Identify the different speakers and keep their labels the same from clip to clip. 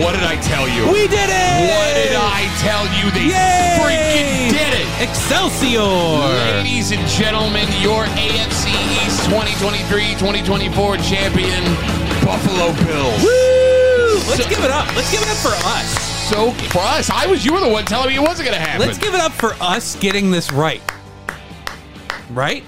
Speaker 1: What did I tell you?
Speaker 2: We did it!
Speaker 1: What did I tell you? They
Speaker 2: Yay!
Speaker 1: freaking did it!
Speaker 2: Excelsior!
Speaker 1: Ladies and gentlemen, your AFC East 2023-2024 champion, Buffalo Bills.
Speaker 2: Woo! Let's give it up. Let's give it up for us.
Speaker 1: So for us, I was you were the one telling me it wasn't going to happen.
Speaker 2: Let's give it up for us getting this right. Right?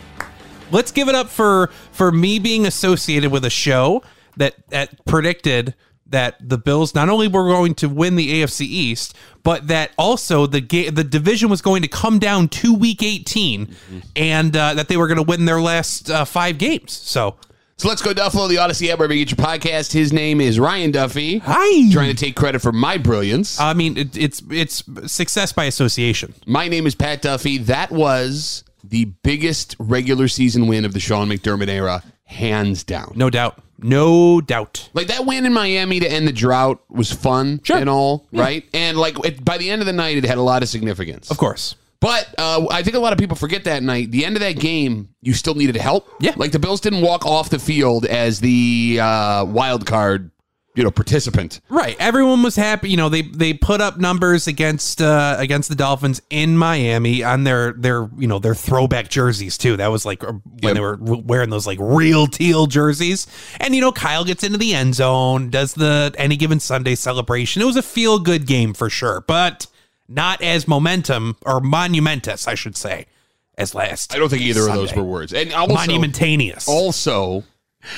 Speaker 2: Let's give it up for for me being associated with a show that that predicted that the Bills not only were going to win the AFC East, but that also the ga- the division was going to come down to Week 18,
Speaker 1: Mm-hmm.
Speaker 2: and uh, that they were going to win their last uh, five games. So,
Speaker 1: so let's go Duffalo, the Odyssey app, wherever you get your podcast. His name is Ryan Duffy.
Speaker 2: hi. Uh,
Speaker 1: Trying to take credit for my brilliance.
Speaker 2: I mean, it, it's it's success by association.
Speaker 1: my name is Pat Duffy. That was the biggest regular season win of the Sean McDermott era, hands down.
Speaker 2: No doubt. No doubt.
Speaker 1: Like that win in Miami to end the drought was fun
Speaker 2: Sure.
Speaker 1: and all, right? And like it, by the end of the night, it had a lot of significance.
Speaker 2: Of course.
Speaker 1: But uh, I think a lot of people forget that night. The end of that game, you still needed help.
Speaker 2: Yeah.
Speaker 1: like the Bills didn't walk off the field as the uh, wild card, you know, participant.
Speaker 2: Right. Everyone was happy. You know, they they put up numbers against uh against the Dolphins in Miami on their their you know their throwback jerseys too. That was like uh, when
Speaker 1: Yep.
Speaker 2: they were w- wearing those like real teal jerseys. And you know, Kyle gets into the end zone, does the any given Sunday celebration. It was a feel good game for sure, but not as momentum or monumentous, I should say, as last.
Speaker 1: I don't think either of those
Speaker 2: Sunday.
Speaker 1: were words. And also,
Speaker 2: Monumentaneous.
Speaker 1: also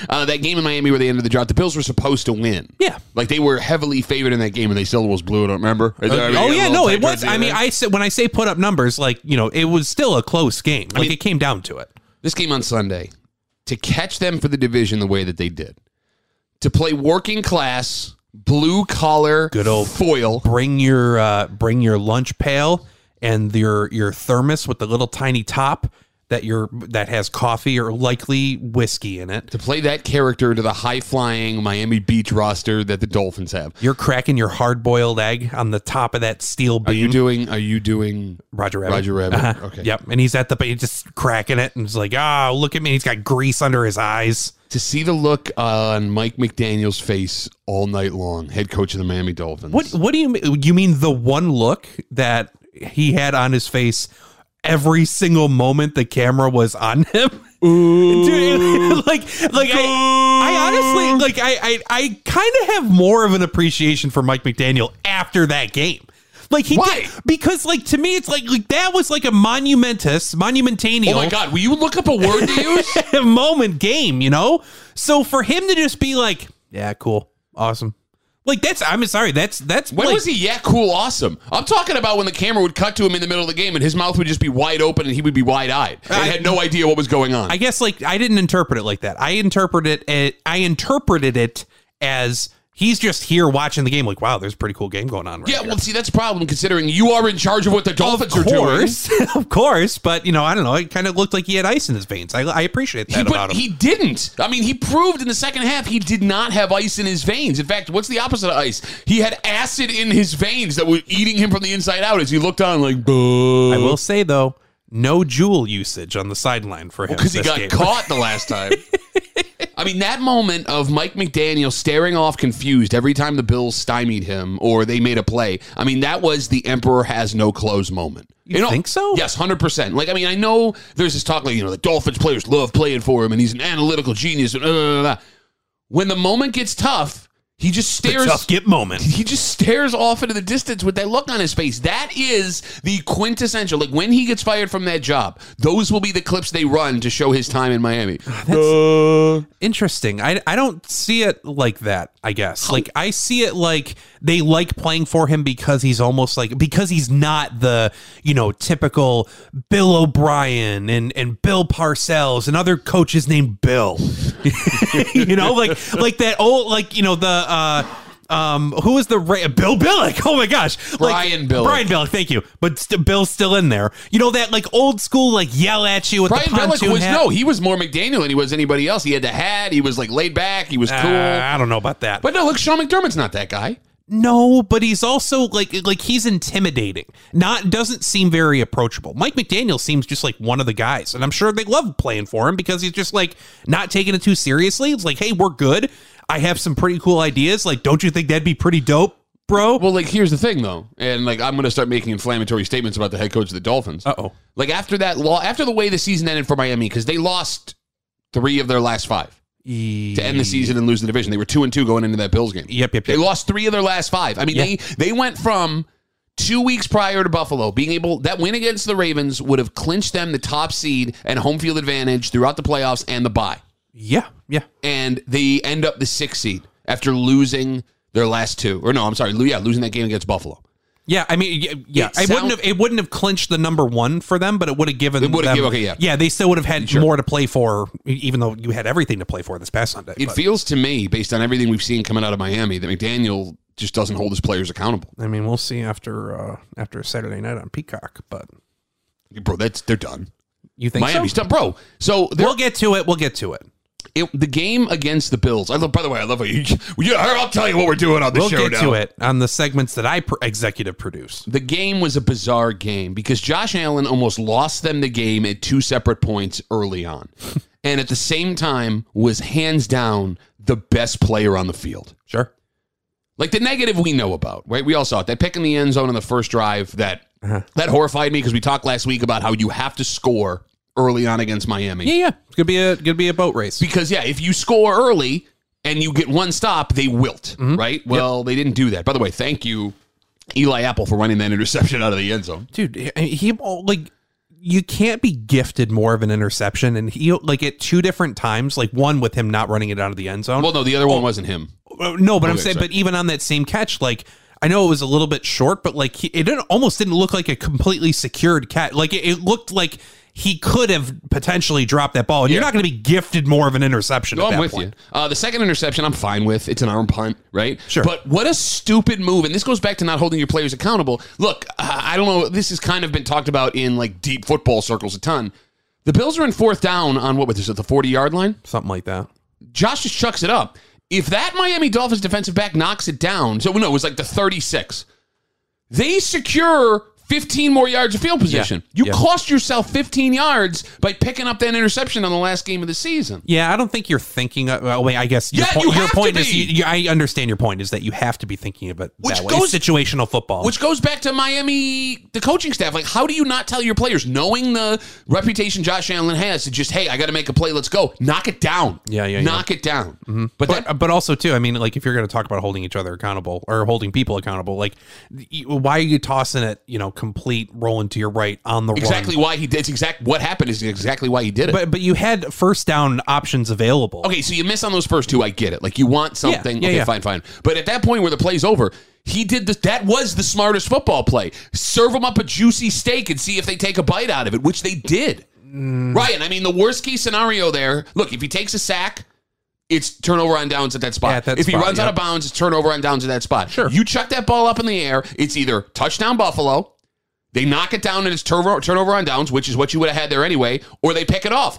Speaker 1: uh, that game in Miami where they ended the drought, the Bills were supposed to win.
Speaker 2: Yeah.
Speaker 1: like they were heavily favored in that game, and they still almost blew it. Remember?
Speaker 2: oh yeah, no, it was. I mean, I said when I say put up numbers, like you know, it was still a close game. Like
Speaker 1: mean-
Speaker 2: it came down to it.
Speaker 1: this game on Sunday to catch them for the division the way that they did, to play working class, blue collar,
Speaker 2: Good old-
Speaker 1: foil.
Speaker 2: Bring your uh, bring your lunch pail and your your thermos with the little tiny top that your that has coffee or likely whiskey in it.
Speaker 1: To play that character to the high flying Miami Beach roster that the Dolphins have.
Speaker 2: You're cracking your hard boiled egg on the top of that steel
Speaker 1: Are you
Speaker 2: beam.
Speaker 1: doing? Are you doing?
Speaker 2: Oh, Roger Rabbit. Uh-huh.
Speaker 1: Roger Rabbit. Okay.
Speaker 2: Yep. And he's at the he's just cracking it and he's like, ah, look at me. He's got grease under his eyes.
Speaker 1: To see the look on Mike McDaniel's face all night long, head coach of the Miami Dolphins.
Speaker 2: What What do you mean? You mean the one look that he had on his face every single moment the camera was on him? Dude, like, like I, I honestly, like, I, I, I kind of have more of an appreciation for Mike McDaniel after that game. Like he
Speaker 1: Why?
Speaker 2: did because like to me it's like like that was like a monumentous monumentanial
Speaker 1: Oh my God! Will you look up a word to use?
Speaker 2: moment game, you know? So for him to just be like, yeah, cool. Awesome. Like that's I'm sorry, that's that's
Speaker 1: When
Speaker 2: like,
Speaker 1: was he? Yeah, cool, awesome. I'm talking about when the camera would cut to him in the middle of the game, and his mouth would just be wide open, and he would be wide eyed and
Speaker 2: I-
Speaker 1: had no idea what was going on.
Speaker 2: I guess like I didn't interpret it like that. I interpreted it. I interpreted it as he's just here watching the game. Like, wow, there's a pretty cool game going on. Right
Speaker 1: yeah,
Speaker 2: here.
Speaker 1: well, see, that's a problem considering you are in charge of what the
Speaker 2: of
Speaker 1: Dolphins are doing.
Speaker 2: course, of course. But you know, I don't know. It kind of looked like he had ice in his veins. I, I appreciate
Speaker 1: He,
Speaker 2: that about
Speaker 1: but
Speaker 2: him.
Speaker 1: he didn't. I mean, he proved in the second half he did not have ice in his veins. In fact, what's the opposite of ice? He had acid in his veins that was eating him from the inside out as he looked on like,
Speaker 2: I
Speaker 1: because
Speaker 2: will say though, no jewel usage on the sideline for him
Speaker 1: he
Speaker 2: this
Speaker 1: got
Speaker 2: game.
Speaker 1: caught the last time. I mean, that moment of Mike McDaniel staring off confused every time the Bills stymied him or they made a play. I mean, that was the Emperor has no clothes moment.
Speaker 2: You think so?
Speaker 1: Yes, hundred percent. Like, I mean, I know there's this talk like you know the Dolphins players love playing for him, and he's an analytical genius. And uh, blah, blah, blah, blah. When the moment gets tough, he just
Speaker 2: The
Speaker 1: stares.
Speaker 2: tough get moment.
Speaker 1: He just stares off into the distance with that look on his face. That is the quintessential. Like when he gets fired from that job, those will be the clips they run to show his time in Miami. Uh,
Speaker 2: Interesting. I, I don't see it like that,
Speaker 1: Oh.
Speaker 2: I guess. Like I see it like they like playing for him because he's almost like because he's not the, you know, typical Bill O'Brien and and Bill Parcells and other coaches named Bill. you know, like like that old like, you know, the uh um, who is the Ra- Bill Billick? Oh my gosh,
Speaker 1: Brian Billick.
Speaker 2: Brian Billick, thank you. But st- Bill's still in there. You know that like old school, like yell at you with
Speaker 1: Brian
Speaker 2: the pontoon
Speaker 1: Billick was
Speaker 2: hat.
Speaker 1: no, he was more McDaniel than he was anybody else. He had the hat, he was like laid back, he was
Speaker 2: Uh,
Speaker 1: cool.
Speaker 2: I don't know about that.
Speaker 1: but no, look, Sean McDermott's not that guy.
Speaker 2: No, but he's also like like he's intimidating. Not doesn't seem very approachable. Mike McDaniel seems just like one of the guys, and I'm sure they love playing for him because he's just like not taking it too seriously. It's like, hey, we're good. I have some pretty cool ideas. Like, don't you think that'd be pretty dope, bro?
Speaker 1: Well, like here's the thing though, and like I'm gonna start making inflammatory statements about the head coach of the Dolphins.
Speaker 2: Uh oh.
Speaker 1: Like after that law, after the way the season ended for Miami, because they lost three of their last five to end the season and lose the division. They were two and two going into that Bills game.
Speaker 2: Yep, yep,
Speaker 1: They
Speaker 2: yep.
Speaker 1: lost three of their last five. I mean,
Speaker 2: Yeah.
Speaker 1: they they went from two weeks prior to Buffalo being able that win against the Ravens would have clinched them the top seed and home field advantage throughout the playoffs and the bye.
Speaker 2: Yeah, yeah.
Speaker 1: And they end up the sixth seed after losing their last two. Or no, I'm sorry, lo- yeah, losing that game against Buffalo.
Speaker 2: Yeah, I mean, y- yeah,
Speaker 1: It
Speaker 2: it,
Speaker 1: sound-
Speaker 2: wouldn't have it wouldn't have clinched the number one for them, but it would have given
Speaker 1: It would've
Speaker 2: them.
Speaker 1: given- okay, yeah.
Speaker 2: yeah, they still would have had more to play for, e- even though you had everything to play for this past Sunday.
Speaker 1: It
Speaker 2: but-
Speaker 1: feels to me, based on everything we've seen coming out of Miami, that McDaniel just doesn't hold his players accountable.
Speaker 2: I mean, we'll see after uh, after Saturday night on Peacock, but
Speaker 1: Bro, that's they're done.
Speaker 2: you think
Speaker 1: Miami's
Speaker 2: so?
Speaker 1: done, bro. So they're
Speaker 2: We'll get to it. We'll get to it.
Speaker 1: it, the game against the Bills. I love. By the way, I love what you. Yeah, I'll tell you what we're doing on the
Speaker 2: We'll
Speaker 1: show
Speaker 2: get
Speaker 1: now.
Speaker 2: to it on the segments that I pr- executive produce.
Speaker 1: The game was a bizarre game because Josh Allen almost lost them the game at two separate points early on, and at the same time was hands down the best player on the field.
Speaker 2: Sure.
Speaker 1: Like the negative we know about, right? We all saw it. That pick in the end zone on the first drive that that horrified me because we talked last week about how you have to score early on against Miami.
Speaker 2: Yeah, yeah. It's gonna be a gonna be a boat race.
Speaker 1: Because yeah, if you score early and you get one stop, they wilt, right? Well, they didn't do that. By the way, thank you, Eli Apple, for running that interception out of the end zone.
Speaker 2: dude he- he like you can't be gifted more of an interception and he like at two different times like one with him not running it out of the end zone
Speaker 1: Well, no, the other one wasn't him.
Speaker 2: Uh, no but i'm
Speaker 1: okay,
Speaker 2: saying
Speaker 1: sorry.
Speaker 2: but even on that same catch like i know it was a little bit short but like he, it didn't, almost didn't look like a completely secured catch like it, it looked like he could have potentially dropped that ball and you're
Speaker 1: Yeah.
Speaker 2: not going to be gifted more of an interception
Speaker 1: No,
Speaker 2: at
Speaker 1: I'm
Speaker 2: that
Speaker 1: with
Speaker 2: point.
Speaker 1: you. Uh, the second interception, I'm fine with. It's an arm punt, right?
Speaker 2: Sure.
Speaker 1: But what a stupid move. And this goes back to not holding your players accountable. Look, I I don't know. This has kind of been talked about in like deep football circles a ton. The Bills are in fourth down on what was this at the 40 yard line?
Speaker 2: something like that
Speaker 1: Josh just chucks it up. If that Miami Dolphins defensive back knocks it down, so no, it was like the 36. They secure 15 more yards of field position.
Speaker 2: Yeah.
Speaker 1: You
Speaker 2: Yeah.
Speaker 1: cost yourself 15 yards by picking up that interception on the last game of the season.
Speaker 2: yeah i don't think you're thinking of, well, wait i guess your,
Speaker 1: Yeah, you
Speaker 2: your
Speaker 1: have to
Speaker 2: point is
Speaker 1: be.
Speaker 2: you, you- i understand your point is that you have to be thinking of it
Speaker 1: Which
Speaker 2: that way.
Speaker 1: goes-
Speaker 2: situational football
Speaker 1: Which goes back to Miami, the coaching staff. Like, how do you not tell your players, knowing the reputation Josh Allen has, to just, hey, I got to make a play, let's go. Knock it down.
Speaker 2: Yeah, yeah, yeah.
Speaker 1: Knock it down. But, that,
Speaker 2: but but also too i mean like if you're going to talk about holding each other accountable or holding people accountable like y- why are you tossing it you know complete rolling to your right on the
Speaker 1: exactly
Speaker 2: run?
Speaker 1: why he did, it's exact, what happened is exactly why he did it.
Speaker 2: but but you had first down options available
Speaker 1: Okay, so you miss on those first two. I get it. Like you want something.
Speaker 2: yeah,
Speaker 1: okay,
Speaker 2: yeah.
Speaker 1: fine, fine. But at that point where the play's over, he did the, that was the smartest football play. Serve them up a juicy steak and see if they take a bite out of it, which they did.
Speaker 2: Mm.
Speaker 1: Ryan, I mean, the worst case scenario there. Look, if he takes a sack, it's turnover on downs at that spot.
Speaker 2: At that
Speaker 1: if he
Speaker 2: spot,
Speaker 1: runs out
Speaker 2: yeah.
Speaker 1: of bounds, it's turnover on downs at that spot.
Speaker 2: Sure.
Speaker 1: You chuck that ball up in the air, it's either touchdown Buffalo, they knock it down and it's turnover, turnover on downs, which is what you would have had there anyway, or they pick it off.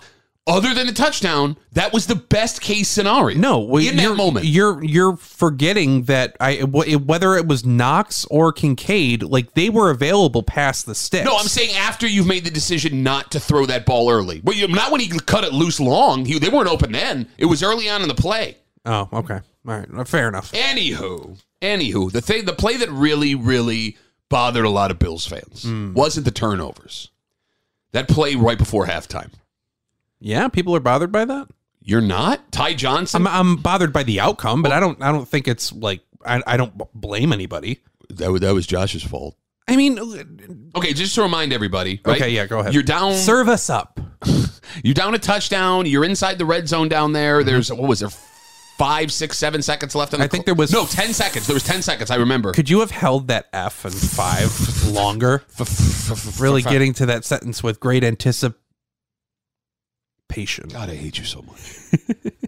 Speaker 1: Other than the touchdown, that was the best case scenario.
Speaker 2: no well,
Speaker 1: in that
Speaker 2: you're-
Speaker 1: moment.
Speaker 2: you're you're forgetting that i wh- whether it was knox or kincaid like they were available past the sticks
Speaker 1: No, I'm saying after you've made the decision not to throw that ball early. Well, you, not when he cut it loose long. He, they weren't open then. It was early on in the play.
Speaker 2: oh okay all right fair enough
Speaker 1: Anywho, anywho, the thing, the play that really, really bothered a lot of Bills fans
Speaker 2: Hmm.
Speaker 1: wasn't the turnovers. That play right before halftime.
Speaker 2: yeah people are bothered by that
Speaker 1: You're not Ty Johnson.
Speaker 2: i'm, I'm bothered by the outcome but i don't i don't think it's like i, I don't b- blame anybody
Speaker 1: that, wa- that was Josh's fault.
Speaker 2: I mean,
Speaker 1: Okay, just to remind everybody. Right?
Speaker 2: Okay, yeah, go ahead.
Speaker 1: You're down.
Speaker 2: serve us up.
Speaker 1: You're down a touchdown. You're inside the red zone down there. There's what was there, five, six, seven seconds left. In the
Speaker 2: I think there was-
Speaker 1: no ten seconds. There was ten seconds. I remember.
Speaker 2: Could you have held that F and five longer? really getting to that sentence with great anticipation.
Speaker 1: God, I hate you so much.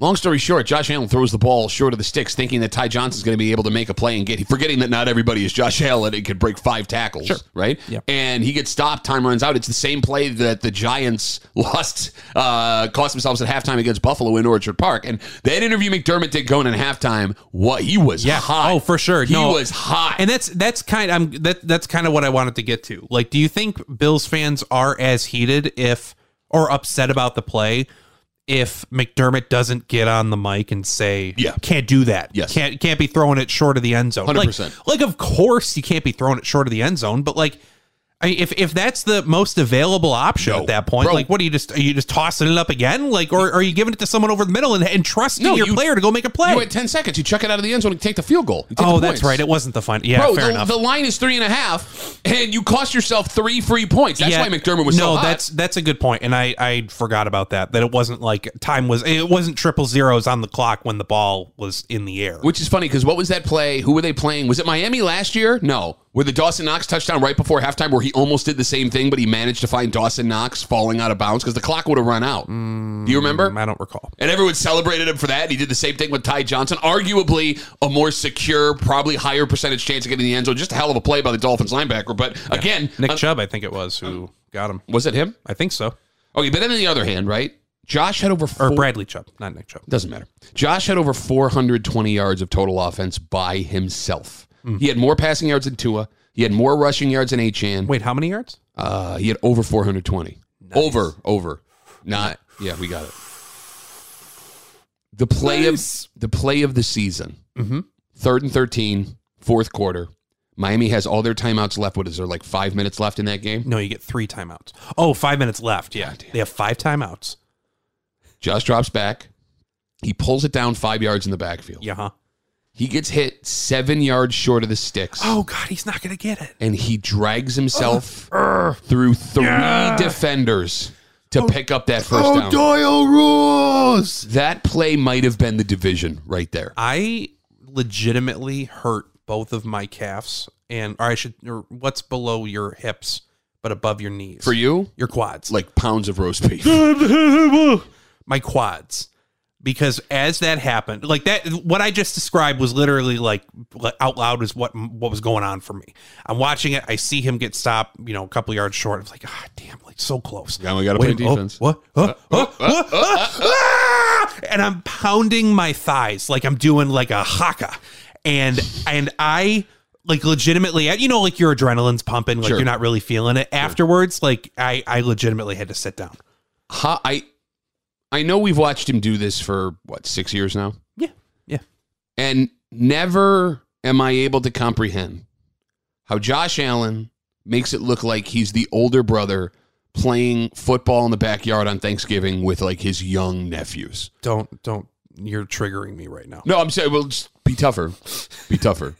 Speaker 1: Long story short, Josh Allen throws the ball short of the sticks, thinking that Ty Johnson's going to be able to make a play and get, forgetting that not everybody is Josh Allen and could break five tackles, right?
Speaker 2: Yep.
Speaker 1: And he gets stopped. Time runs out. It's the same play that the Giants lost, uh, cost themselves at halftime against Buffalo in Orchard Park. And that interview McDermott did going in halftime, what he was
Speaker 2: Yeah.
Speaker 1: hot.
Speaker 2: Oh, for sure.
Speaker 1: He
Speaker 2: No.
Speaker 1: was hot.
Speaker 2: And that's that's kind. I'm that that's kind of what I wanted to get to. Like, do you think Bills fans are as heated if or upset about the play if McDermott doesn't get on the mic and say,
Speaker 1: Yeah.
Speaker 2: can't do that.
Speaker 1: Yes.
Speaker 2: Can't can't be throwing it short of the end zone.
Speaker 1: 100%.
Speaker 2: Like, like of course you can't be throwing it short of the end zone, but like I mean, if if that's the most available option
Speaker 1: No.
Speaker 2: at that point,
Speaker 1: Bro.
Speaker 2: like what are you just are you just tossing it up again? Like or are you giving it to someone over the middle and, and trusting
Speaker 1: No,
Speaker 2: your
Speaker 1: you-
Speaker 2: player to go make a play?
Speaker 1: You had 10 seconds. You chuck it out of the end zone and take the field goal. You take
Speaker 2: oh,
Speaker 1: the
Speaker 2: that's
Speaker 1: points.
Speaker 2: right. It wasn't the final. Yeah,
Speaker 1: Bro,
Speaker 2: fair
Speaker 1: the,
Speaker 2: enough.
Speaker 1: the line is three and a half, and you cost yourself three free points. That's
Speaker 2: Yeah.
Speaker 1: why McDermott was
Speaker 2: no.
Speaker 1: so hot.
Speaker 2: that's that's a good point, and I I forgot about that. That it wasn't like time was it wasn't triple zeros on the clock when the ball was in the air.
Speaker 1: Which is funny because what was that play? Who were they playing? Was it Miami last year? No. Where the Dawson Knox touchdown right before halftime, where he almost did the same thing, but he managed to find Dawson Knox falling out of bounds because the clock would have run out.
Speaker 2: Mm,
Speaker 1: Do you remember?
Speaker 2: I don't recall.
Speaker 1: And everyone celebrated him for that. And he did the same thing with Ty Johnson, arguably a more secure, probably higher percentage chance of getting in the end zone. Just a hell of a play by the Dolphins linebacker. But again,
Speaker 2: Nick
Speaker 1: uh,
Speaker 2: Chubb, I think it was who got him.
Speaker 1: was it him?
Speaker 2: I think so.
Speaker 1: Okay, but then on the other hand, right? Josh had over
Speaker 2: Or
Speaker 1: four.
Speaker 2: Bradley Chubb, not Nick Chubb.
Speaker 1: Doesn't matter. Josh had over 420 yards of total offense by himself. He had more passing yards than Tua. He had more rushing yards than Achan.
Speaker 2: Wait, how many yards?
Speaker 1: Uh, he had over 420. Over, over. Not yeah, we got it. The play
Speaker 2: Nice. Mm-hmm.
Speaker 1: of the play of the season. Third and 13, fourth quarter. Miami has all their timeouts left. What is there like five minutes left in that game?
Speaker 2: No, you get three timeouts. Oh, five minutes left. Yeah, they have five timeouts.
Speaker 1: Josh drops back. He pulls it down five yards in the backfield.
Speaker 2: Yeah. Huh?
Speaker 1: He gets hit seven yards short of the sticks.
Speaker 2: Oh God, he's not gonna get it.
Speaker 1: and he drags himself through three defenders to pick up that first down.
Speaker 2: Doyle rules.
Speaker 1: That play might have been the division right there.
Speaker 2: I legitimately hurt both of my calves, and or I should, or what's below your hips but above your knees
Speaker 1: For you,
Speaker 2: your quads,
Speaker 1: like pounds of roast beef.
Speaker 2: my quads, because as that happened, like that, what I just described was literally like like, out loud is what what was going on for me. I'm watching it. I see him get stopped, you know, a couple yards short. I'm like, ah, damn, like so close.
Speaker 1: Yeah, we gotta
Speaker 2: Wait,
Speaker 1: play
Speaker 2: oh,
Speaker 1: defense.
Speaker 2: what? Oh, oh, oh, oh, ah! And I'm pounding my thighs like I'm doing like a haka, and and I like legitimately, you know, like your adrenaline's pumping, like
Speaker 1: Sure.
Speaker 2: you're not really feeling it afterwards. Like I, I legitimately had to sit down.
Speaker 1: Ha, I, I know we've watched him do this for what six years now,
Speaker 2: Yeah, yeah.
Speaker 1: and never am I able to comprehend how Josh Allen makes it look like he's the older brother playing football in the backyard on Thanksgiving with like his young nephews.
Speaker 2: Don't don't. You're triggering me right now.
Speaker 1: No, I'm saying, well, just be tougher. Be tougher.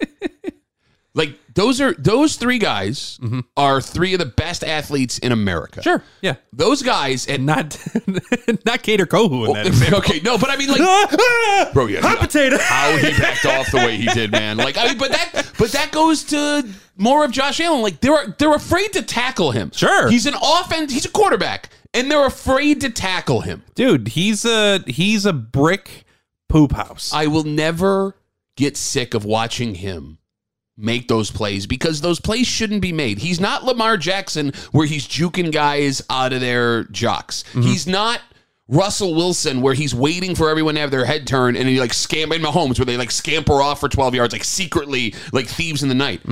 Speaker 1: like those are those three guys are three of the best athletes in America.
Speaker 2: Mm-hmm. Sure. Yeah.
Speaker 1: Those guys and
Speaker 2: Not not Cater Kohu in that. example.
Speaker 1: okay, no, but I mean, like,
Speaker 2: Ah, ah,
Speaker 1: bro, yeah,
Speaker 2: hot potato.
Speaker 1: how he backed off the way he did, man. Like, I mean, but that, but that goes to more of Josh Allen. Like, they're they're afraid to tackle him.
Speaker 2: Sure.
Speaker 1: he's an offense. He's a quarterback, and they're afraid to tackle him.
Speaker 2: Dude, he's a he's a brick poop house.
Speaker 1: I will never get sick of watching him make those plays because those plays shouldn't be made. He's not Lamar Jackson where he's juking guys out of their jocks.
Speaker 2: Mm-hmm.
Speaker 1: He's not Russell Wilson where he's waiting for everyone to have their head turned and he like scamper in Mahomes where they like scamper off for 12 yards like secretly like thieves in the night.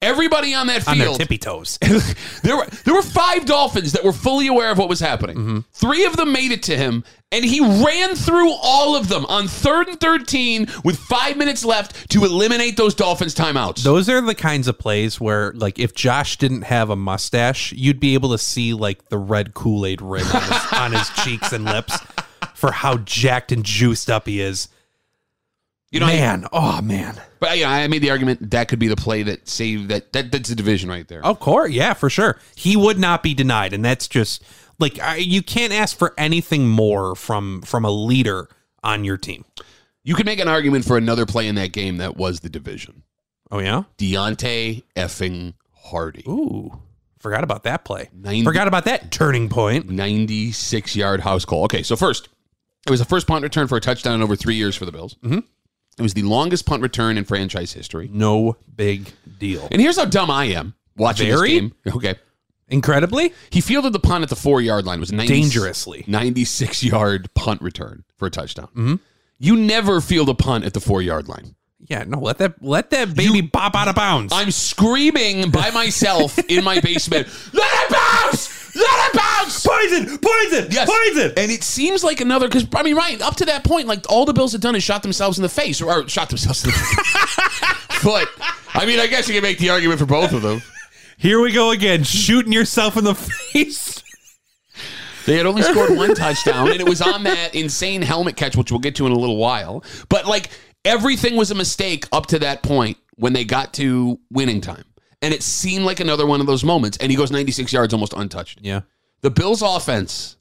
Speaker 1: Everybody on that
Speaker 2: Mm-hmm. on their
Speaker 1: field
Speaker 2: tippy toes.
Speaker 1: there were there were five dolphins that were fully aware of what was happening. Three of them made it to him, and he ran through all of them on third and thirteen with five minutes left to eliminate those dolphins timeouts.
Speaker 2: Those are the kinds of plays where, like, if Josh didn't have a mustache, you'd be able to see like the red Kool Aid ring on his, on his cheeks and lips for how jacked and juiced up he is.
Speaker 1: you know,
Speaker 2: man, oh man,
Speaker 1: but yeah, I made the argument that could be the play that saved that. that that's the division right there.
Speaker 2: of course, yeah, for sure, he would not be denied, and that's just like I, you can't ask for anything more from from a leader on your team.
Speaker 1: You could make an argument for another play in that game that was the division.
Speaker 2: Oh yeah,
Speaker 1: Deontay effing Hardy.
Speaker 2: ooh, forgot about that play.
Speaker 1: 90
Speaker 2: Forgot about that turning point.
Speaker 1: 96 yard house call. Okay, so first, it was the first punt return for a touchdown in over three years for the Bills. Mm-hmm. It was the longest punt return in franchise history.
Speaker 2: No big deal.
Speaker 1: And here's how dumb I am watching
Speaker 2: Very?
Speaker 1: this game. Okay.
Speaker 2: Incredibly
Speaker 1: He fielded the punt at the four yard line. It was 90,
Speaker 2: dangerously.
Speaker 1: 96 yard punt return for a touchdown. You never field a punt at the four yard line.
Speaker 2: Yeah, no, let that let that baby pop out of bounds.
Speaker 1: I'm screaming by myself in my basement. Let it bounce! Let it bounce.
Speaker 2: Poison! Poison!
Speaker 1: Yes.
Speaker 2: Poison!
Speaker 1: And it seems like another because I mean, Ryan, up to that point, like all the Bills had done is shot themselves in the face, or, or shot themselves in the face. but I mean, I guess you can make the argument for both of them.
Speaker 2: Here we go again, shooting yourself in the face.
Speaker 1: They had only scored one touchdown, and it was on that insane helmet catch, which we'll get to in a little while. But like everything was a mistake up to that point when they got to winning time. And it seemed like another one of those moments. And he goes 96 yards almost untouched.
Speaker 2: Yeah.
Speaker 1: The Bills' offense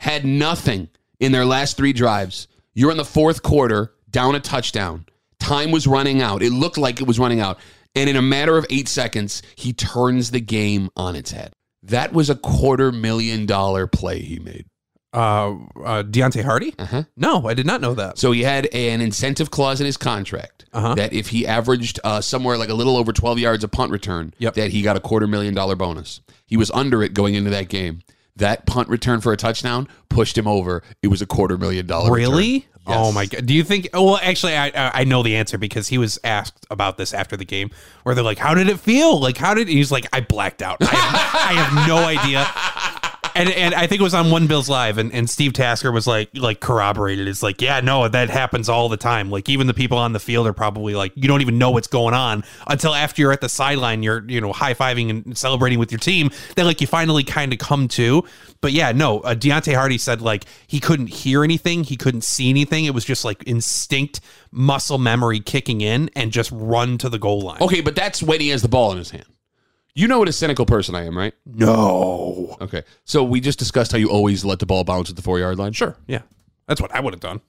Speaker 1: had nothing in their last three drives. You're in the fourth quarter, down a touchdown. Time was running out. It looked like it was running out. And in a matter of eight seconds, he turns the game on its head. That was a quarter million dollar play he made.
Speaker 2: Uh, uh, Deontay Hardy?
Speaker 1: Uh-huh.
Speaker 2: No, I did not know that.
Speaker 1: So he had an incentive clause in his contract
Speaker 2: Uh-huh.
Speaker 1: that if he averaged uh, somewhere like a little over 12 yards a punt return,
Speaker 2: Yep.
Speaker 1: that he got a quarter million dollar bonus. He was under it going into that game. That punt return for a touchdown pushed him over. It was a quarter million dollar. return.
Speaker 2: Really?
Speaker 1: Yes.
Speaker 2: Oh my god! Do you think? oh, Well, actually, I I- I know the answer because he was asked about this after the game, where they're like, "How did it feel? Like, how did?" He's like, "I blacked out. I have, I have no idea." And and I think it was on One Bills Live, and, and Steve Tasker was like like corroborated. It's like, yeah, no, that happens all the time. Like even the people on the field are probably like, you don't even know what's going on until after you're at the sideline, you're you know high fiving and celebrating with your team. Then like you finally kind of come to. But yeah, no, uh, Deontay Hardy said like he couldn't hear anything, he couldn't see anything. It was just like instinct muscle memory kicking in and just run to the goal line.
Speaker 1: Okay, but that's when he has the ball in his hand. You know what a cynical person I am, right?
Speaker 2: no,
Speaker 1: Okay. So we just discussed how you always let the ball bounce at the four yard line. Sure.
Speaker 2: yeah, that's what I would have done.